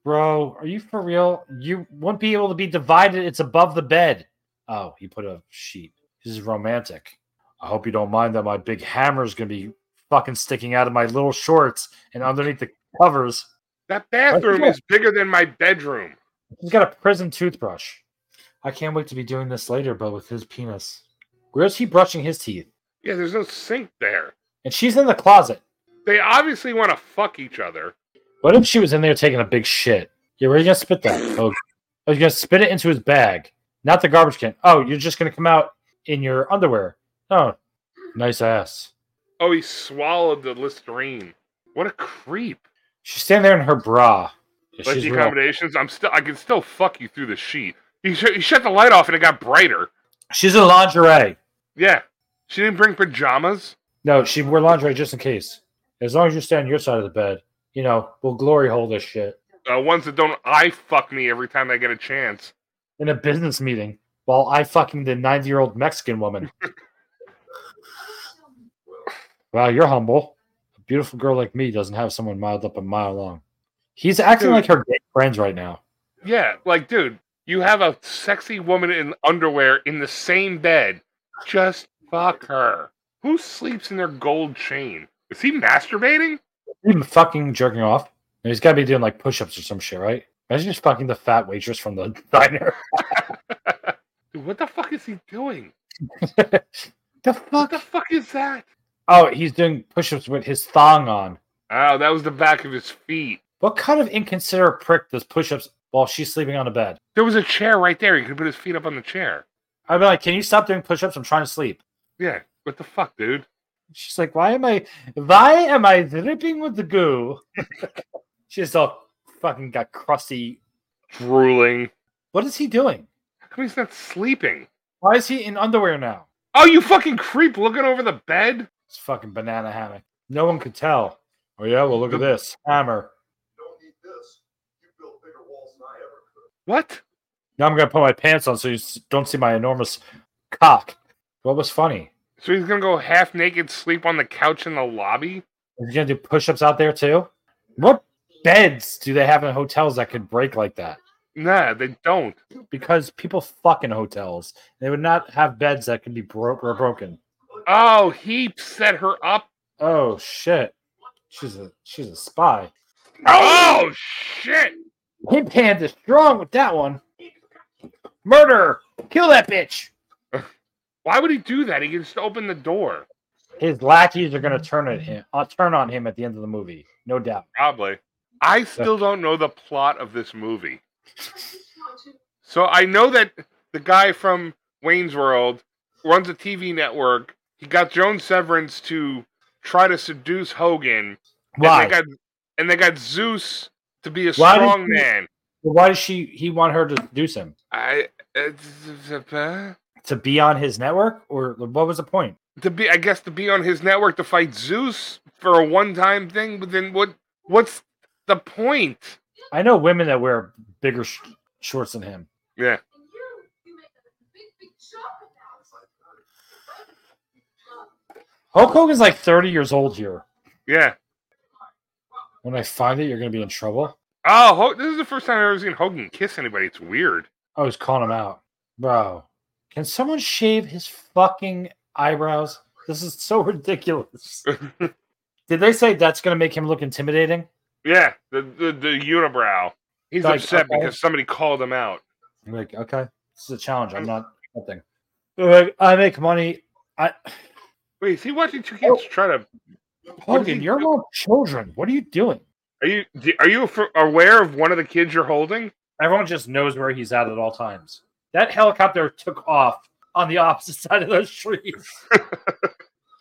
Speaker 2: Bro, are you for real? You won't be able to be divided. It's above the bed. Oh, he put a sheet. This is romantic. I hope you don't mind that my big hammer's gonna be fucking sticking out of my little shorts and underneath the covers.
Speaker 3: That bathroom
Speaker 2: yeah.
Speaker 3: is bigger than my bedroom.
Speaker 2: He's got a prison toothbrush. I can't wait to be doing this later, but with his penis. Where's he brushing his teeth?
Speaker 3: Yeah, there's no sink there.
Speaker 2: And she's in the closet.
Speaker 3: They obviously want to fuck each other.
Speaker 2: What if she was in there taking a big shit? Yeah, where are you gonna spit that? Oh, oh, you're gonna spit it into his bag, not the garbage can. Oh, you're just gonna come out in your underwear. Oh, nice ass.
Speaker 3: Oh, he swallowed the Listerine. What a creep.
Speaker 2: She's standing there in her bra. Yeah,
Speaker 3: Like
Speaker 2: she's
Speaker 3: the
Speaker 2: real.
Speaker 3: accommodations, I'm still I can still fuck you through the sheet. He, sh- he shut the light off and it got brighter.
Speaker 2: She's in lingerie.
Speaker 3: Yeah. She didn't bring pajamas.
Speaker 2: No, she wore lingerie just in case. As long as you stay on your side of the bed, you know we'll glory hole this shit
Speaker 3: Uh, ones that don't I fuck me every time I get a chance.
Speaker 2: in a business meeting while I fucking the ninety year old Mexican woman. wow, you're humble. A beautiful girl like me doesn't have someone miled up a mile long. He's acting
Speaker 3: Dude.
Speaker 2: like her gay friends right now.
Speaker 3: Yeah, like dude, you have a sexy woman in underwear in the same bed. Just fuck her. Who sleeps in their gold chain? Is he masturbating?
Speaker 2: Even fucking jerking off. And he's got to be doing like push ups or some shit, right? Imagine just fucking the fat waitress from the diner.
Speaker 3: Dude, what the fuck is he doing?
Speaker 2: the
Speaker 3: What
Speaker 2: fuck?
Speaker 3: the fuck is that?
Speaker 2: Oh, he's doing push ups with his thong on.
Speaker 3: Oh, that was the back of his feet.
Speaker 2: What kind of inconsiderate prick does push ups while she's sleeping on a bed?
Speaker 3: There was a chair right there. He could put his feet up on the chair.
Speaker 2: I'd be like, can you stop doing push ups? I'm trying to sleep.
Speaker 3: Yeah. What the fuck, dude?
Speaker 2: She's like, why am I, why am I dripping with the goo? She's all fucking got crusty.
Speaker 3: Drooling.
Speaker 2: What is he doing?
Speaker 3: How come he's not sleeping?
Speaker 2: Why is he in underwear now?
Speaker 3: Oh, you fucking creep looking over the bed?
Speaker 2: It's fucking banana hammock. No one could tell. Oh yeah, well look at this hammer.
Speaker 8: Don't need this. You built bigger walls than I ever could.
Speaker 3: What?
Speaker 2: Now I'm gonna put my pants on so you s- don't see my enormous cock. What was funny?
Speaker 3: So he's gonna go half naked, sleep on the couch in the lobby?
Speaker 2: Is he gonna do push-ups out there too? What beds do they have in hotels that could break like that?
Speaker 3: Nah, they don't.
Speaker 2: because people fuck in hotels. They would not have beds that can be bro- or broken.
Speaker 3: Oh, he set her up.
Speaker 2: Oh shit, she's a she's a spy.
Speaker 3: Oh shit!
Speaker 2: Pimp hand is strong with that one. Murder, kill that bitch.
Speaker 3: Why would he do that? He can just open the door.
Speaker 2: His lackeys are gonna turn at him. Uh, turn on him at the end of the movie, no doubt.
Speaker 3: Probably. I still don't know the plot of this movie. So I know that the guy from Wayne's World runs a TV network. He got Joan Severance to try to seduce Hogan.
Speaker 2: Why?
Speaker 3: And they got, and they got Zeus to be a
Speaker 2: Why did
Speaker 3: strong
Speaker 2: he-
Speaker 3: man.
Speaker 2: Why does she? He want her to seduce him
Speaker 3: I uh,
Speaker 2: to be on his network, or what was the point?
Speaker 3: to be, I guess, to be on his network to fight Zeus for a one-time thing. But then what? What's the point?
Speaker 2: I know women that wear bigger sh- shorts than him.
Speaker 3: Yeah.
Speaker 6: And you, you make a big, big joke about it.
Speaker 2: Hulk Hogan's like thirty years old here.
Speaker 3: Yeah.
Speaker 2: When I find it, you're gonna be in trouble.
Speaker 3: Oh, Ho- this is the first time I've ever seen Hogan kiss anybody. It's weird.
Speaker 2: I was calling him out, bro. Can someone shave his fucking eyebrows? This is so ridiculous. Did they say that's gonna make him look intimidating?
Speaker 3: Yeah, the the, the unibrow. He's
Speaker 2: Like,
Speaker 3: upset
Speaker 2: okay.
Speaker 3: because somebody called him out.
Speaker 2: I'm like, okay, this is a challenge. I'm not nothing. They're like, I make money. I
Speaker 3: Wait, is he watching two kids try to? what is
Speaker 2: Hogan,
Speaker 3: he
Speaker 2: you're
Speaker 3: do-
Speaker 2: around children. What are you doing?
Speaker 3: Are you d- are you f- aware of one of the kids you're holding?
Speaker 2: Everyone just knows where he's at at all times. That helicopter took off on the opposite side of those trees.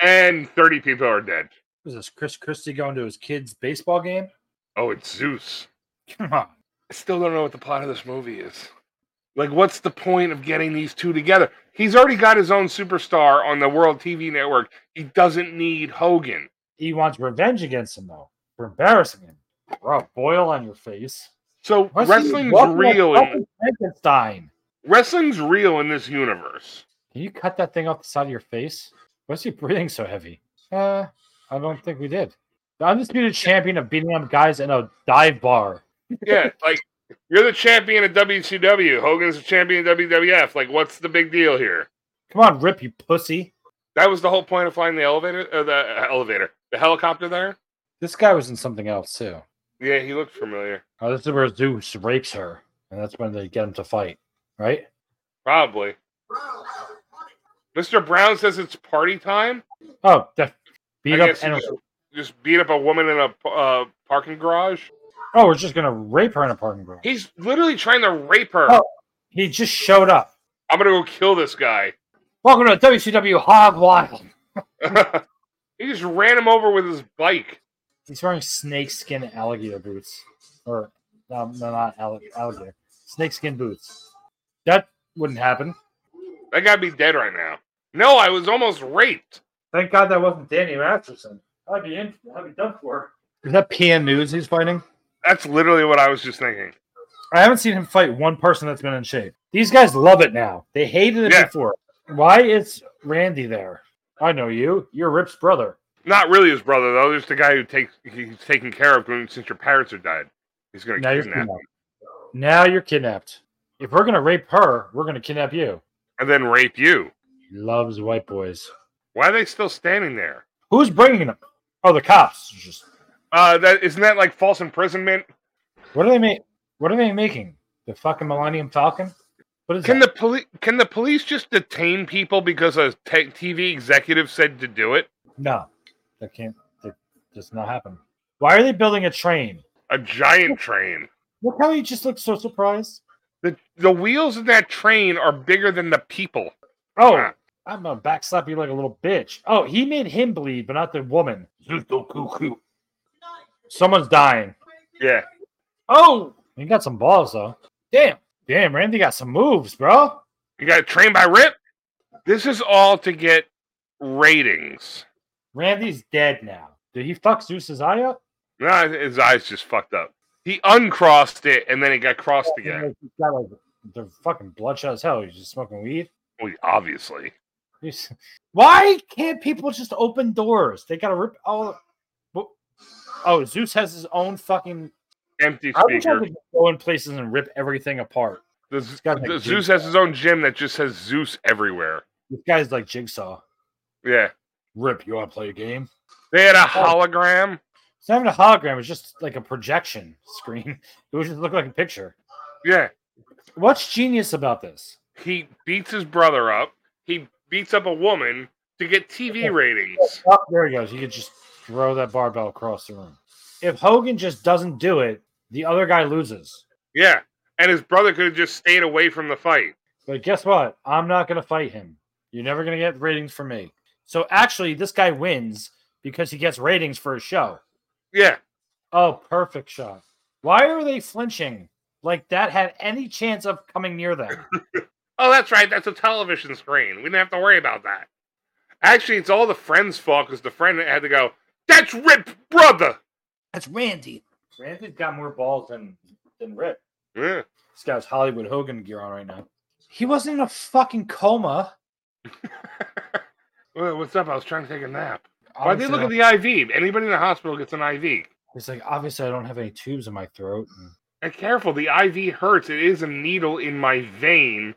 Speaker 3: And thirty people are dead.
Speaker 2: Was this Chris Christie going to his kids' baseball game?
Speaker 3: Oh, it's Zeus.
Speaker 2: Come on.
Speaker 3: I still don't know what the plot of this movie is. Like, what's the point of getting these two together? He's already got his own superstar on the World TV Network. He doesn't need Hogan.
Speaker 2: He wants revenge against him though for embarrassing him. Bro, boil on your face.
Speaker 3: So
Speaker 2: What's he-
Speaker 3: wrestling's
Speaker 2: welcome to
Speaker 3: real. In,
Speaker 2: fucking Frankenstein.
Speaker 3: wrestling's real in this universe.
Speaker 2: Can you cut that thing off the side of your face? Why's he breathing so heavy? Uh, I don't think we did. The undisputed champion of beating up guys in a dive bar.
Speaker 3: Yeah, like you're the champion of WCW. Hogan's the champion of WWF. Like, what's the big deal here?
Speaker 2: Come on, Rip, you pussy.
Speaker 3: That was the whole point of finding the elevator, uh, the elevator, the helicopter there.
Speaker 2: This guy was in something else too.
Speaker 3: Yeah, he looked familiar.
Speaker 2: Oh, this is where Zeus rapes her, and that's when they get him to fight, right?
Speaker 3: Probably. Mr. Brown says it's party time.
Speaker 2: Oh, the beat
Speaker 3: I
Speaker 2: up
Speaker 3: guess
Speaker 2: and
Speaker 3: you Just beat up a woman in a uh, parking garage.
Speaker 2: oh, we're just gonna rape her in a parking garage.
Speaker 3: He's literally trying to rape her.
Speaker 2: Oh. He just showed up.
Speaker 3: I'm gonna go kill this guy.
Speaker 2: Welcome to WCW Hog Wild.
Speaker 3: he just ran him over with his bike.
Speaker 2: He's wearing snakeskin alligator boots, or no, no not alli- alligator, snakeskin boots. That wouldn't happen.
Speaker 3: That gotta be dead right now. No, I was almost raped.
Speaker 2: Thank God that wasn't Danny Masterson. I'd be in. I'd be done for. Is that PN News he's fighting?
Speaker 3: That's literally what I was just thinking.
Speaker 2: I haven't seen him fight one person that's been in shape. These guys love it now. They hated it
Speaker 3: Yeah.
Speaker 2: before. Why is Randy there? I know you. You're Rip's brother.
Speaker 3: Not really his brother though. There's the guy who takes he's taken care of when- since your parents are dead. He's gonna
Speaker 2: Now you're
Speaker 3: kidnap him
Speaker 2: kidnapped. Now you're kidnapped. If we're gonna rape her, we're gonna kidnap you.
Speaker 3: and then rape you.
Speaker 2: He loves white boys.
Speaker 3: Why are they still standing there?
Speaker 2: Who's bringing them? Oh, the cops. Just
Speaker 3: Uh, that isn't that like false imprisonment?
Speaker 2: what are they make? What are they making? The fucking Millennium Falcon? What is
Speaker 3: Can
Speaker 2: that?
Speaker 3: the police can the police just detain people because a te- TV executive said to do it?
Speaker 2: no, that can't. That does not happen. Why are they building a train?
Speaker 3: A giant train.
Speaker 2: Look how he just looks so surprised.
Speaker 3: The the wheels in that train are bigger than the people.
Speaker 2: Oh,
Speaker 3: Ah.
Speaker 2: I'm gonna backslap you like a little bitch. Oh, he made him bleed, but not the woman. Someone's dying.
Speaker 3: Yeah.
Speaker 2: Oh, he got some balls though. Damn, damn, Randy got some moves, bro.
Speaker 3: You got a train by Rip. This is all to get ratings.
Speaker 2: Randy's dead now. Did he fuck Zeus's eye up?
Speaker 3: Nah, his eyes just fucked up. He uncrossed it and then it got crossed again.
Speaker 2: He's got like the fucking bloodshot as hell. He's just smoking weed.
Speaker 3: Well, obviously.
Speaker 2: He's- Why can't people just open doors? They gotta rip all. Wh- Oh, Zeus has his own fucking
Speaker 3: empty
Speaker 2: I wish I
Speaker 3: speaker.
Speaker 2: could just go in places and rip everything apart.
Speaker 3: The, Z-
Speaker 2: got that
Speaker 3: the
Speaker 2: jig-
Speaker 3: Zeus has his own gym that just says Zeus everywhere.
Speaker 2: This guy's like Jigsaw.
Speaker 3: Yeah,
Speaker 2: Rip, you want to play a game?
Speaker 3: they
Speaker 2: Oh.
Speaker 3: had a hologram.
Speaker 2: It's not even a hologram. It's just like a projection screen. It would just look like a picture.
Speaker 3: Yeah,
Speaker 2: What's genius about this?
Speaker 3: he beats his brother up. He beats up a woman to get TV ratings.
Speaker 2: Oh, there he goes. He could just throw that barbell across the room. If Hogan just doesn't do it, the other guy loses.
Speaker 3: Yeah, and his brother could have just stayed away from the fight.
Speaker 2: But guess what? I'm not going to fight him. You're never going to get ratings from me. So actually, this guy wins because he gets ratings for his show.
Speaker 3: Yeah,
Speaker 2: Oh, perfect shot. Why are they flinching? Like that had any chance of coming near them.
Speaker 3: Oh, that's right. That's a television screen. We didn't have to worry about that. Actually, it's all the friend's fault because the friend had to go, That's Rip, brother.
Speaker 2: That's Randy. Randy's got more balls than than Rip.
Speaker 3: Yeah.
Speaker 2: This guy's Hollywood Hogan gear on right now. He wasn't in a fucking coma.
Speaker 3: Well, What's up? I was trying to take a nap. Why'd they
Speaker 2: Obviously
Speaker 3: look
Speaker 2: not-
Speaker 3: at the IV? Anybody in the hospital gets an IV.
Speaker 2: He's like, obviously, I don't have any tubes in my throat. And-
Speaker 3: And careful, the IV hurts. It is a needle in my vein.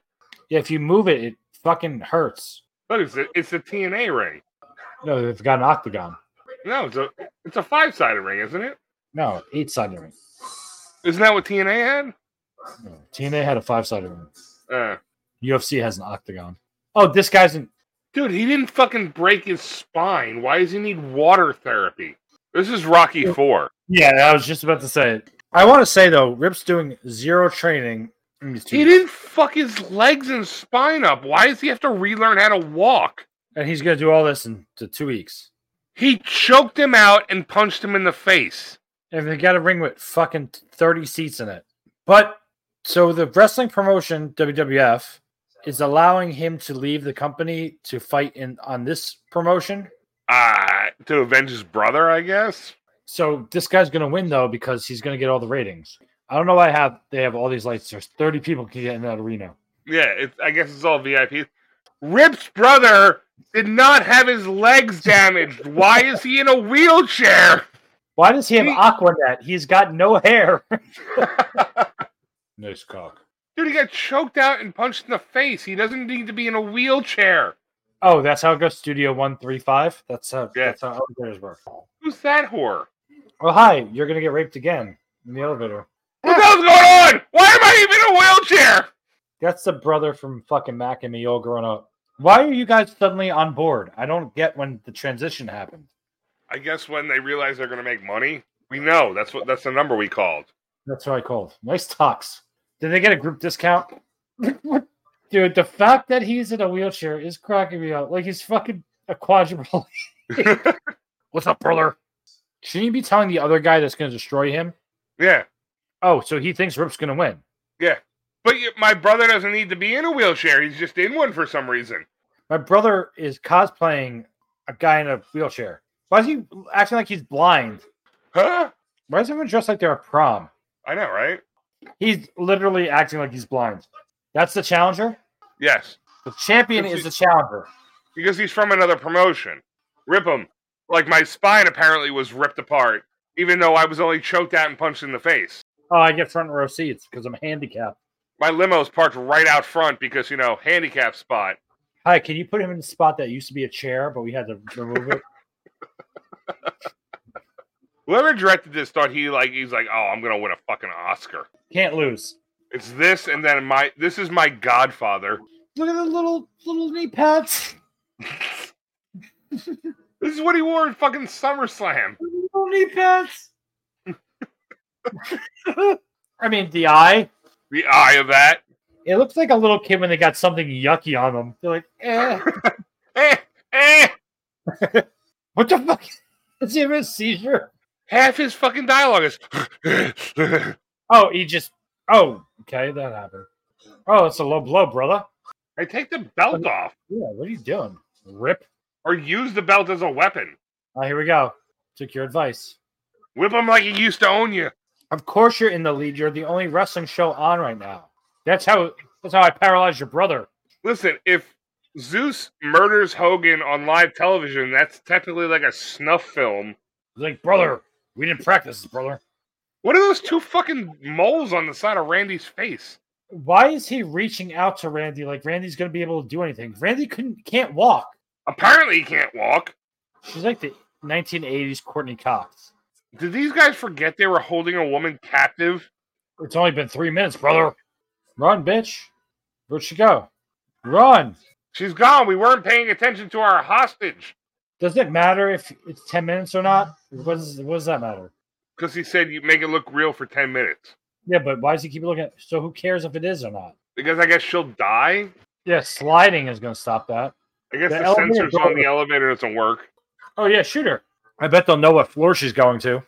Speaker 2: yeah, if you move it, it fucking hurts.
Speaker 3: Look, it's a, it's a TNA ring.
Speaker 2: No, it's got an octagon.
Speaker 3: No, it's a it's a five sided ring, isn't it?
Speaker 2: No, eight sided ring.
Speaker 3: Isn't that what TNA
Speaker 2: No, TNA had a five sided ring.
Speaker 3: had? Uh,
Speaker 2: UFC has an octagon. Oh, this guy's in.
Speaker 3: dude, he didn't fucking break his spine. Why does he need water therapy? This is Rocky Four.
Speaker 2: Yeah, I was just about to say it. I want to say though, Rip's doing zero training. in these two
Speaker 3: He didn't fuck his legs and spine up. Why does he have to relearn how to walk?
Speaker 2: and he's gonna do all this in t- two weeks.
Speaker 3: He choked him out and punched him in the face.
Speaker 2: And they got a ring with fucking thirty seats in it. But so the wrestling promotion WWF is allowing him to leave the company to fight in on this promotion.
Speaker 3: Uh, to avenge his brother, I guess.
Speaker 2: So this guy's gonna win though because he's gonna get all the ratings. I don't know why I have they have all these lights. There's thirty people can get in that arena.
Speaker 3: Yeah, it's I guess it's all VIP. Rip's brother did not have his legs damaged. Why is he in a wheelchair?
Speaker 2: Why does he have
Speaker 3: He-
Speaker 2: Aquanet? He's got no hair.
Speaker 7: Nice cock.
Speaker 3: Dude, he got choked out and punched in the face. He doesn't need to be in a wheelchair.
Speaker 2: Oh, that's how it goes. Studio one three five. That's how
Speaker 3: Yeah.
Speaker 2: that's how elevators work.
Speaker 3: Who's that whore?
Speaker 2: Oh hi, you're gonna get raped again in the elevator.
Speaker 3: What the hell's going on? Why am I even in a wheelchair?
Speaker 2: That's the brother from fucking Mac and me all growing up. Why are you guys suddenly on board? I don't get when the transition happened.
Speaker 3: I guess when they realize they're going to make money, we know that's what that's the number we called.
Speaker 2: That's what I called. Nice talks. Did they get a group discount? Dude, the fact that he's in a wheelchair is cracking me up. Like he's fucking a quadruple. What's up, brother? Shouldn't you be telling the other guy that's gonna destroy him?
Speaker 3: yeah,
Speaker 2: Oh, so he thinks Rip's gonna win.
Speaker 3: but y- my brother doesn't need to be in a wheelchair. He's just in one for some reason.
Speaker 2: My brother is cosplaying a guy in a wheelchair. Why is he acting like he's blind?
Speaker 3: Huh?
Speaker 2: Why is everyone dressed like they're at prom?
Speaker 3: I know, right?
Speaker 2: He's literally acting like he's blind. That's the challenger.
Speaker 3: Yes,
Speaker 2: The champion
Speaker 3: Is
Speaker 2: is the challenger.
Speaker 3: because he's from another promotion. Rip him. Like my spine apparently was ripped apart, even though I was only choked out and punched in the face.
Speaker 2: Oh, I get front row seats because I'm handicapped.
Speaker 3: My limo's parked right out front because you know handicap spot.
Speaker 2: Hi, can you put him in the spot that used to be a chair, but we had to remove it?
Speaker 3: Whoever directed this thought he like he's like, oh, I'm gonna win a fucking Oscar.
Speaker 2: Can't lose.
Speaker 3: It's this, and then my this is my Godfather.
Speaker 2: Look at the little little knee pads.
Speaker 3: This is what he wore in fucking SummerSlam.
Speaker 2: Little knee pads. I mean, the eye.
Speaker 3: The eye of that.
Speaker 2: It looks like a little kid when they got something yucky on them. They're like, eh.
Speaker 3: Eh, eh.
Speaker 2: What the fuck? Is he having a seizure?
Speaker 3: Half his fucking dialogue is.
Speaker 2: Oh, he just. Oh, okay, that happened. Oh, it's a low blow, brother.
Speaker 3: I take the belt off
Speaker 2: Yeah, what are you doing? Rip.
Speaker 3: or use the belt as a weapon.
Speaker 2: Oh, here we go. Took your advice.
Speaker 3: Whip him like he used to own you.
Speaker 2: Of course you're in the lead. You're the only wrestling show on right now. That's how that's how I paralyzed your brother.
Speaker 3: Listen, if Zeus murders Hogan on live television, that's technically like a snuff film.
Speaker 2: He's like, brother, we didn't practice, brother.
Speaker 3: What are those two fucking moles on the side of Randy's face?
Speaker 2: Why is he reaching out to Randy like Randy's gonna be able to do anything? Randy couldn't can't walk.
Speaker 3: Apparently, he can't walk.
Speaker 2: She's like the 1980s Courtney Cox.
Speaker 3: Did these guys forget they were holding a woman captive?
Speaker 2: It's only been three minutes, brother. Run, bitch. Where'd she go? Run.
Speaker 3: She's gone. We weren't paying attention to our hostage
Speaker 2: Does it matter if it's ten minutes or not? What does what does that matter?
Speaker 3: because he said you make it look real for 10 minutes.
Speaker 2: Yeah, but why does he keep looking at so who cares if it is or not?
Speaker 3: Because I guess she'll die.
Speaker 2: Yeah, sliding is gonna stop that.
Speaker 3: I guess
Speaker 2: The
Speaker 3: the,
Speaker 2: elevator
Speaker 3: sensors
Speaker 2: door-
Speaker 3: on the elevator doesn't work.
Speaker 2: Oh yeah, shoot her. I bet they'll know what floor she's going to.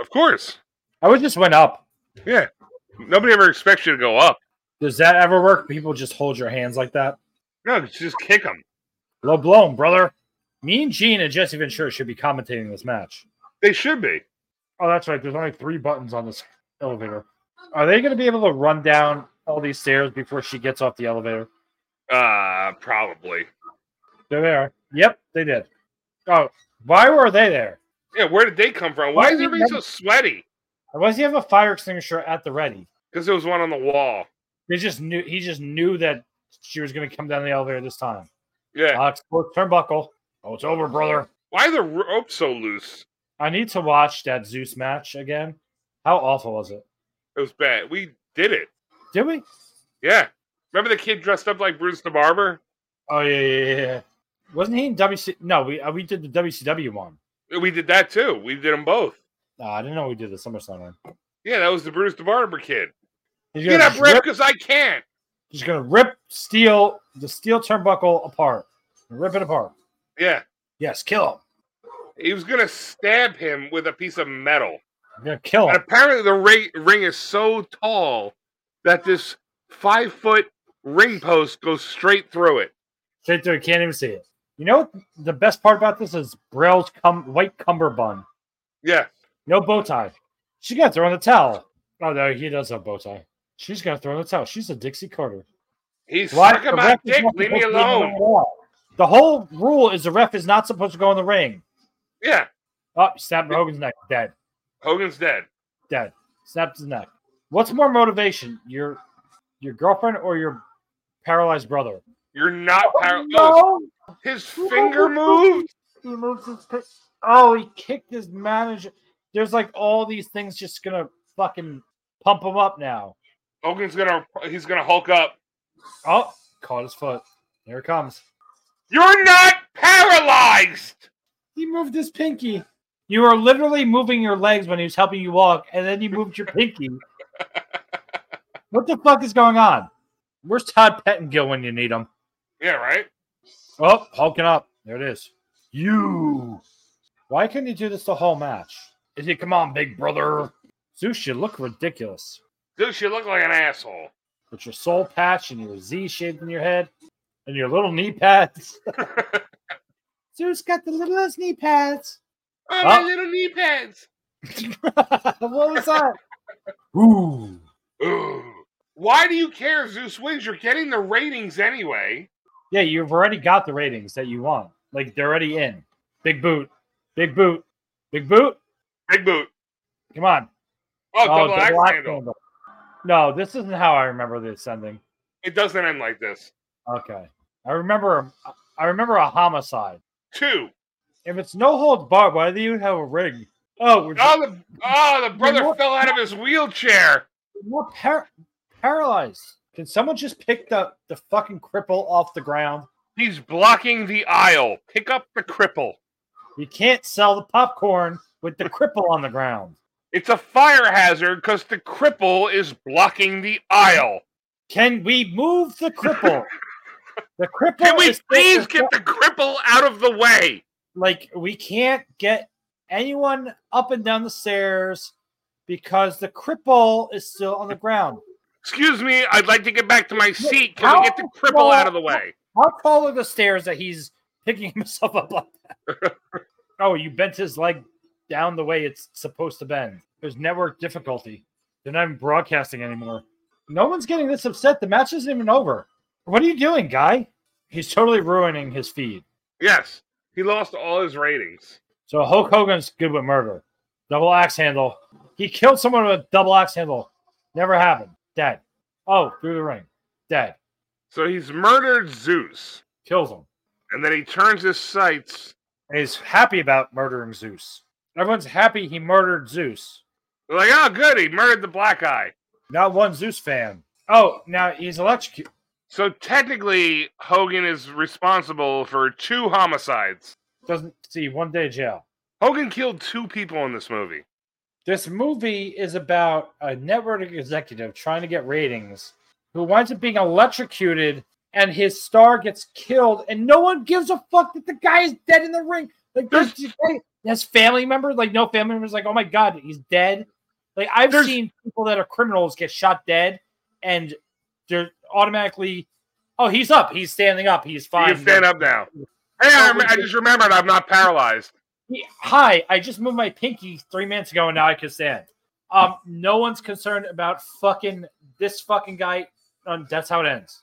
Speaker 3: Of course.
Speaker 2: I would just went up.
Speaker 3: Nobody ever expects you to go up.
Speaker 2: Does that ever work? People just hold your hands like that.
Speaker 3: No, just kick them.
Speaker 2: Low blown, brother. Mean Gene and Jesse Ventura should be commentating this match.
Speaker 3: They should be.
Speaker 2: Oh, that's right. There's only three buttons on this elevator. Are they going to be able to run down all these stairs before she gets off the elevator?
Speaker 3: Uh, probably.
Speaker 2: There they are. Yep, they did. Oh, why were they there?
Speaker 3: Yeah, where did they come from? Why
Speaker 2: Why
Speaker 3: is
Speaker 2: did
Speaker 3: everybody so
Speaker 2: none-
Speaker 3: sweaty?
Speaker 2: Why does he have a fire extinguisher at the ready?
Speaker 3: Because there was one on the wall.
Speaker 2: They just knew he just knew that she was going to come down the elevator this time.
Speaker 3: Yeah.
Speaker 2: Alex, oh, turnbuckle. Oh, it's over, brother.
Speaker 3: Why are the rope so loose?
Speaker 2: I need to watch that Zeus match again. How awful was it?
Speaker 3: It was bad. We did it.
Speaker 2: Did we?
Speaker 3: Yeah. Remember the kid dressed up like Bruce the Barber?
Speaker 2: Oh yeah, yeah, yeah, yeah. Wasn't he in WC? No, we uh, we did the WCW one.
Speaker 3: We did that too. We did them both.
Speaker 2: Uh, I didn't know we did the SummerSlam one.
Speaker 3: Yeah, that was the Bruce the Barber kid.
Speaker 2: He's
Speaker 3: Get
Speaker 2: gonna
Speaker 3: up, rip,
Speaker 2: rip,
Speaker 3: because I can't.
Speaker 2: he's gonna rip steel the steel turnbuckle apart, rip it apart.
Speaker 3: Yeah.
Speaker 2: Yes, kill him.
Speaker 3: He was going to stab him with a piece of metal.
Speaker 2: I'm gonna kill
Speaker 3: And
Speaker 2: him.
Speaker 3: apparently, the ra- ring is so tall that this five foot ring post goes straight through it.
Speaker 2: Straight through, can't even see it. You know what the best part about this is Braille's cum- white cummerbund,
Speaker 3: Yeah.
Speaker 2: no bow tie. She's gonna throw in the towel. Oh no, he does have bow tie. She's gonna throw in the towel. She's a Dixie Carter.
Speaker 3: He's
Speaker 2: Why-
Speaker 3: sucking
Speaker 2: the
Speaker 3: my
Speaker 2: ref is
Speaker 3: dick.
Speaker 2: not
Speaker 3: Leave me
Speaker 2: supposed to be in the
Speaker 3: alone.
Speaker 2: ring at all. The whole rule is the ref is not supposed to go in the ring.
Speaker 3: Yeah.
Speaker 2: Oh, snap Hogan's neck. Dead.
Speaker 3: Hogan's dead.
Speaker 2: Dead. Snapped his neck. What's more motivation? Your your girlfriend or your paralyzed brother?
Speaker 3: You're not. Par- oh, his finger moved.
Speaker 2: He moves his pi- Oh, he kicked his manager. There's like all these things just gonna fucking pump him up now.
Speaker 3: Hogan's gonna. He's gonna Hulk up.
Speaker 2: Oh, caught his foot. Here it comes.
Speaker 3: You're not paralyzed.
Speaker 2: He moved his pinky. You were literally moving your legs when he was helping you walk, and then you moved your pinky. What the fuck is going on? Where's Todd Pettingill when you need him?
Speaker 3: Yeah. Right.
Speaker 2: Oh, hulking up. There it is. You. Why couldn't he do this the whole match? Is he come on, big brother? Zeus, you look ridiculous
Speaker 3: Dude, she looked like an asshole.
Speaker 2: with your soul patch and your Z shaped in your head and your little knee pads. Zeus got the littlest knee pads.
Speaker 3: Oh, my
Speaker 2: Huh?
Speaker 3: little knee pads.
Speaker 2: what was that? Ooh.
Speaker 3: Ooh. Why do you care if Zeus wins? You're getting the ratings anyway.
Speaker 2: Yeah, you've already got the ratings that you want. Like they're already in. Big boot. Big boot. Big boot.
Speaker 3: Big boot.
Speaker 2: Come on.
Speaker 3: Oh, double axe
Speaker 2: double axe
Speaker 3: handle.
Speaker 2: handle. No, this isn't how I remember this ending.
Speaker 3: It doesn't end like this.
Speaker 2: Okay. I remember I remember a homicide.
Speaker 3: Two.
Speaker 2: If it's no holds barred, why do you have a ring? Oh, we're
Speaker 3: Oh, the, oh, the brother
Speaker 2: what-
Speaker 3: fell out of his wheelchair.
Speaker 2: we're par- paralyzed. Can someone just pick the, the fucking cripple off the ground?
Speaker 3: He's blocking the aisle. Pick up the cripple.
Speaker 2: You can't sell the popcorn with the cripple on the ground.
Speaker 3: It's a fire hazard because the cripple is blocking the aisle.
Speaker 2: Can we move the cripple? The cripple
Speaker 3: Can we
Speaker 2: is-
Speaker 3: please get the cripple out of the way?
Speaker 2: like we can't get anyone up and down the stairs because the cripple is still on the ground.
Speaker 3: Excuse me, I'd like to get back to my seat. Can
Speaker 2: how-
Speaker 3: we get the cripple out of the way?
Speaker 2: How tall are the stairs that he's picking himself up like that? oh, you bent his leg down the way it's supposed to bend. There's network difficulty. They're not even broadcasting anymore. No one's getting this upset. The match isn't even over. What are you doing, guy? He's totally ruining his feed.
Speaker 3: Yes. He lost all his ratings.
Speaker 2: So Hulk Hogan's good with murder. Double axe handle. He killed someone with a double axe handle. Never happened. Dead. Oh, through the ring. Dead.
Speaker 3: So he's murdered Zeus,
Speaker 2: Kills him.
Speaker 3: and then he turns his sights.
Speaker 2: And he's happy about murdering Zeus. Everyone's happy he murdered Zeus.
Speaker 3: They're like, oh, good, he murdered the black eye.
Speaker 2: Not one Zeus fan. Oh, now he's electrocuted.
Speaker 3: So technically, Hogan is responsible for two homicides.
Speaker 2: Doesn't see one day jail.
Speaker 3: Hogan killed two people in this movie.
Speaker 2: This movie is about a network executive trying to get ratings who winds up being electrocuted and his star gets killed and no one gives a fuck that the guy is dead in the ring. Like there's his family member, like no family members like, oh my god, he's dead. Like I've
Speaker 3: There's-
Speaker 2: seen people that are criminals get shot dead and they're automatically oh he's up, he's standing up, he's fine.
Speaker 3: You can stand up now. Hey, I, rem- I just remembered I'm not paralyzed.
Speaker 2: He- Hi, I just moved my pinky three minutes ago and now I can stand. Um, no one's concerned about fucking this fucking guy. Um, that's how it ends.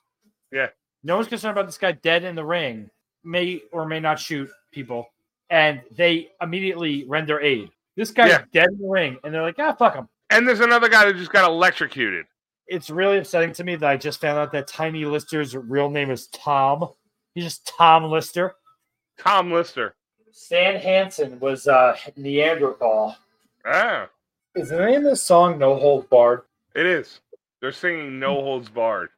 Speaker 3: Yeah.
Speaker 2: No one's concerned about this guy dead in the ring, may or may not shoot people, and they immediately render aid. This guy's
Speaker 3: Yeah.
Speaker 2: dead in the ring, and they're like, ah, fuck him.
Speaker 3: And there's another guy that just got electrocuted.
Speaker 2: It's really upsetting to me that I just found out that Tiny Lister's real name is Tom. He's just Tom Lister.
Speaker 3: Tom Lister.
Speaker 2: Stan Hansen was uh, Neanderthal.
Speaker 3: Ah,
Speaker 2: Is the name of the song No Hold Barred?
Speaker 3: it is. They're singing
Speaker 5: Hmm.
Speaker 3: No Holds Barred.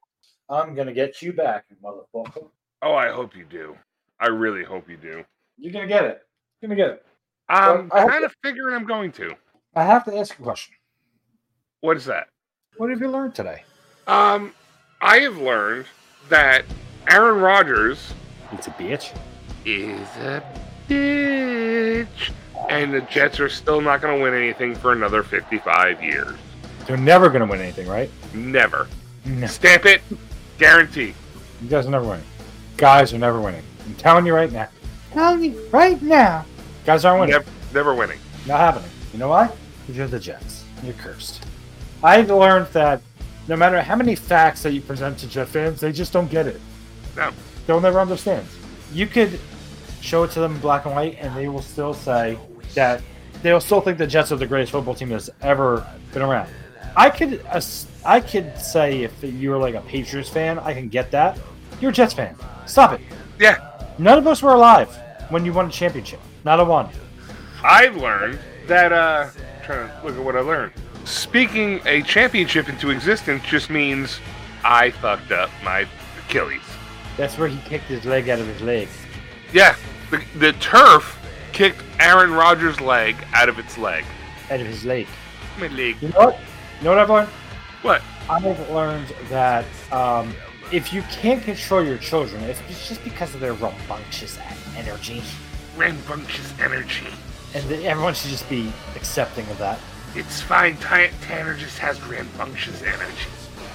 Speaker 5: I'm gonna get you back, motherfucker.
Speaker 3: Oh, I hope you do. I really hope you do.
Speaker 5: You're gonna get it. You're gonna get it. Well,
Speaker 3: I'm
Speaker 5: I hope-
Speaker 3: kind of figuring I'm going to.
Speaker 2: I have to ask you a question.
Speaker 3: What is that?
Speaker 2: What have you learned today?
Speaker 3: Um, I have learned that Aaron Rodgers
Speaker 2: It's a bitch.
Speaker 3: is a bitch, and the Jets are still not going to win anything for another 55 years.
Speaker 2: They're never going to win anything, right?
Speaker 3: Never.
Speaker 2: No.
Speaker 3: Stamp it. Guarantee.
Speaker 2: You guys are never winning. Guys are never winning. I'm telling you right now. Telling you right now. Guys aren't winning.
Speaker 3: Never, never winning.
Speaker 2: Not happening. You know why? 'Cause you're the Jets. You're cursed. I learned that no matter how many facts that you present to Jet fans, they just don't get it.
Speaker 3: No.
Speaker 2: They'll never understand. You could show it to them in black and white, and they will still say that they'll still think the Jets are the greatest football team that's ever been around. I could ass- I could say if you were like a Patriots fan, I can get that. You're a Jets fan. Stop it.
Speaker 3: Yeah.
Speaker 2: None of us were alive when you won a championship. Not a one.
Speaker 3: I've learned that, uh, trying to look at what I learned. Speaking a championship into existence just means I fucked up my Achilles.
Speaker 2: That's where he kicked his leg out of his leg.
Speaker 3: Yeah. The, the turf kicked Aaron Rodgers' leg out of its leg.
Speaker 2: Out of his leg.
Speaker 3: My leg.
Speaker 2: You know what? You know what I've learned?
Speaker 3: What?
Speaker 2: I've learned that um, if you can't control your children, if it's just because of their rambunctious energy,
Speaker 3: Rambunctious energy.
Speaker 2: and that everyone should just be accepting of that.
Speaker 3: It's fine. Tan- Tanner just has rambunctious energy.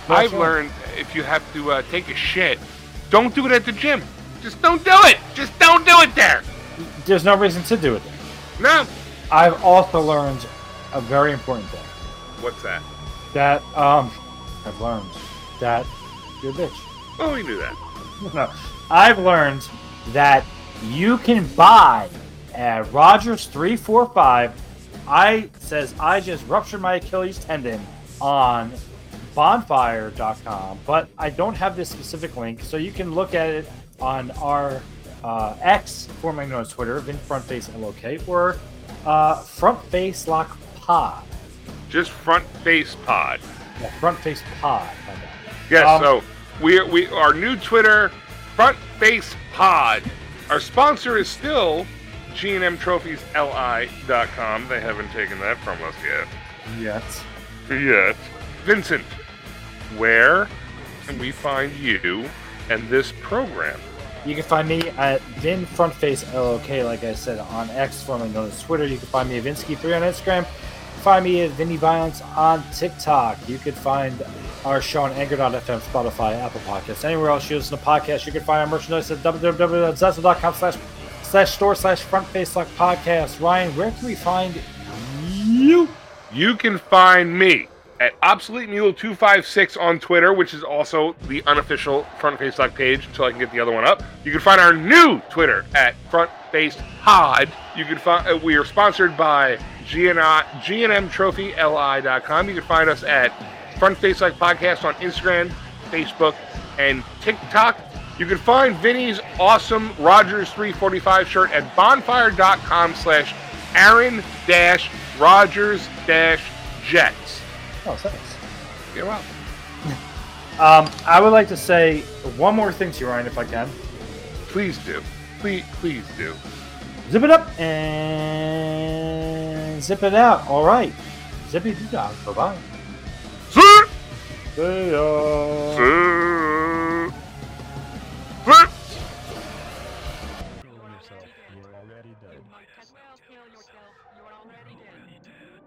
Speaker 2: Well,
Speaker 3: I've
Speaker 2: sure.
Speaker 3: learned if you have to uh, take a shit, don't do it at the gym. Just don't do it. Just don't do it there.
Speaker 2: There's no reason to do it.
Speaker 3: No.
Speaker 2: I've also learned a very important thing
Speaker 3: What's that?
Speaker 2: that um, I've learned that you're a bitch.
Speaker 3: Oh, we knew that.
Speaker 2: No, I've learned that you can buy at Rogers 345. I says I just ruptured my Achilles tendon on bonfire.com, but I don't have this specific link, so you can look at it on our uh, X, formerly known as Twitter, Vin Frontface LOK, or uh, Frontface Lock Pod.
Speaker 3: Just front face pod.
Speaker 2: Yeah, Frontface Pod. my bad.
Speaker 3: Yes.
Speaker 2: Um,
Speaker 3: so we we our new Twitter front face pod. Our sponsor is still GNM Trophies LI.com. They haven't taken that from us yet.
Speaker 2: Yes.
Speaker 3: Yes. Vincent, where can we find you and this program?
Speaker 2: You can find me at Vin Frontface LOK, like I said, on X, formerly known as Twitter. You can find me at Vinsky3 on Instagram. Find me at Vinny Violence on TikTok. You could find our show on Anchor.fm, Spotify, Apple Podcasts, anywhere else you listen to podcasts. You can find our merchandise at www.zazzle.com slash slash store slash frontface lock podcast. Ryan, where can we find you?
Speaker 3: You can find me at Obsolete Mule 256 on Twitter, which is also the unofficial Front Face Lock page until I can get the other one up. You can find our new Twitter at Front Face Pod. You can find uh, we are sponsored by GNMTrophyLI.com. You can find us at Front Face Like Podcast on Instagram, Facebook, and TikTok. You can find Vinny's awesome Rogers 345 shirt at bonfire.com slash Aaron dash Rogers dash Jets.
Speaker 2: Oh, thanks.
Speaker 3: You're welcome.
Speaker 2: Um, I would like to say one more thing to you, Ryan, if I can.
Speaker 3: Please do. Please, please do.
Speaker 2: Zip it up and zip it out. All right. Zippy doo dah. Bye bye.
Speaker 3: Sir!
Speaker 2: See ya.
Speaker 3: Sir! Sir!
Speaker 9: You might as well kill yourself. You're already dead.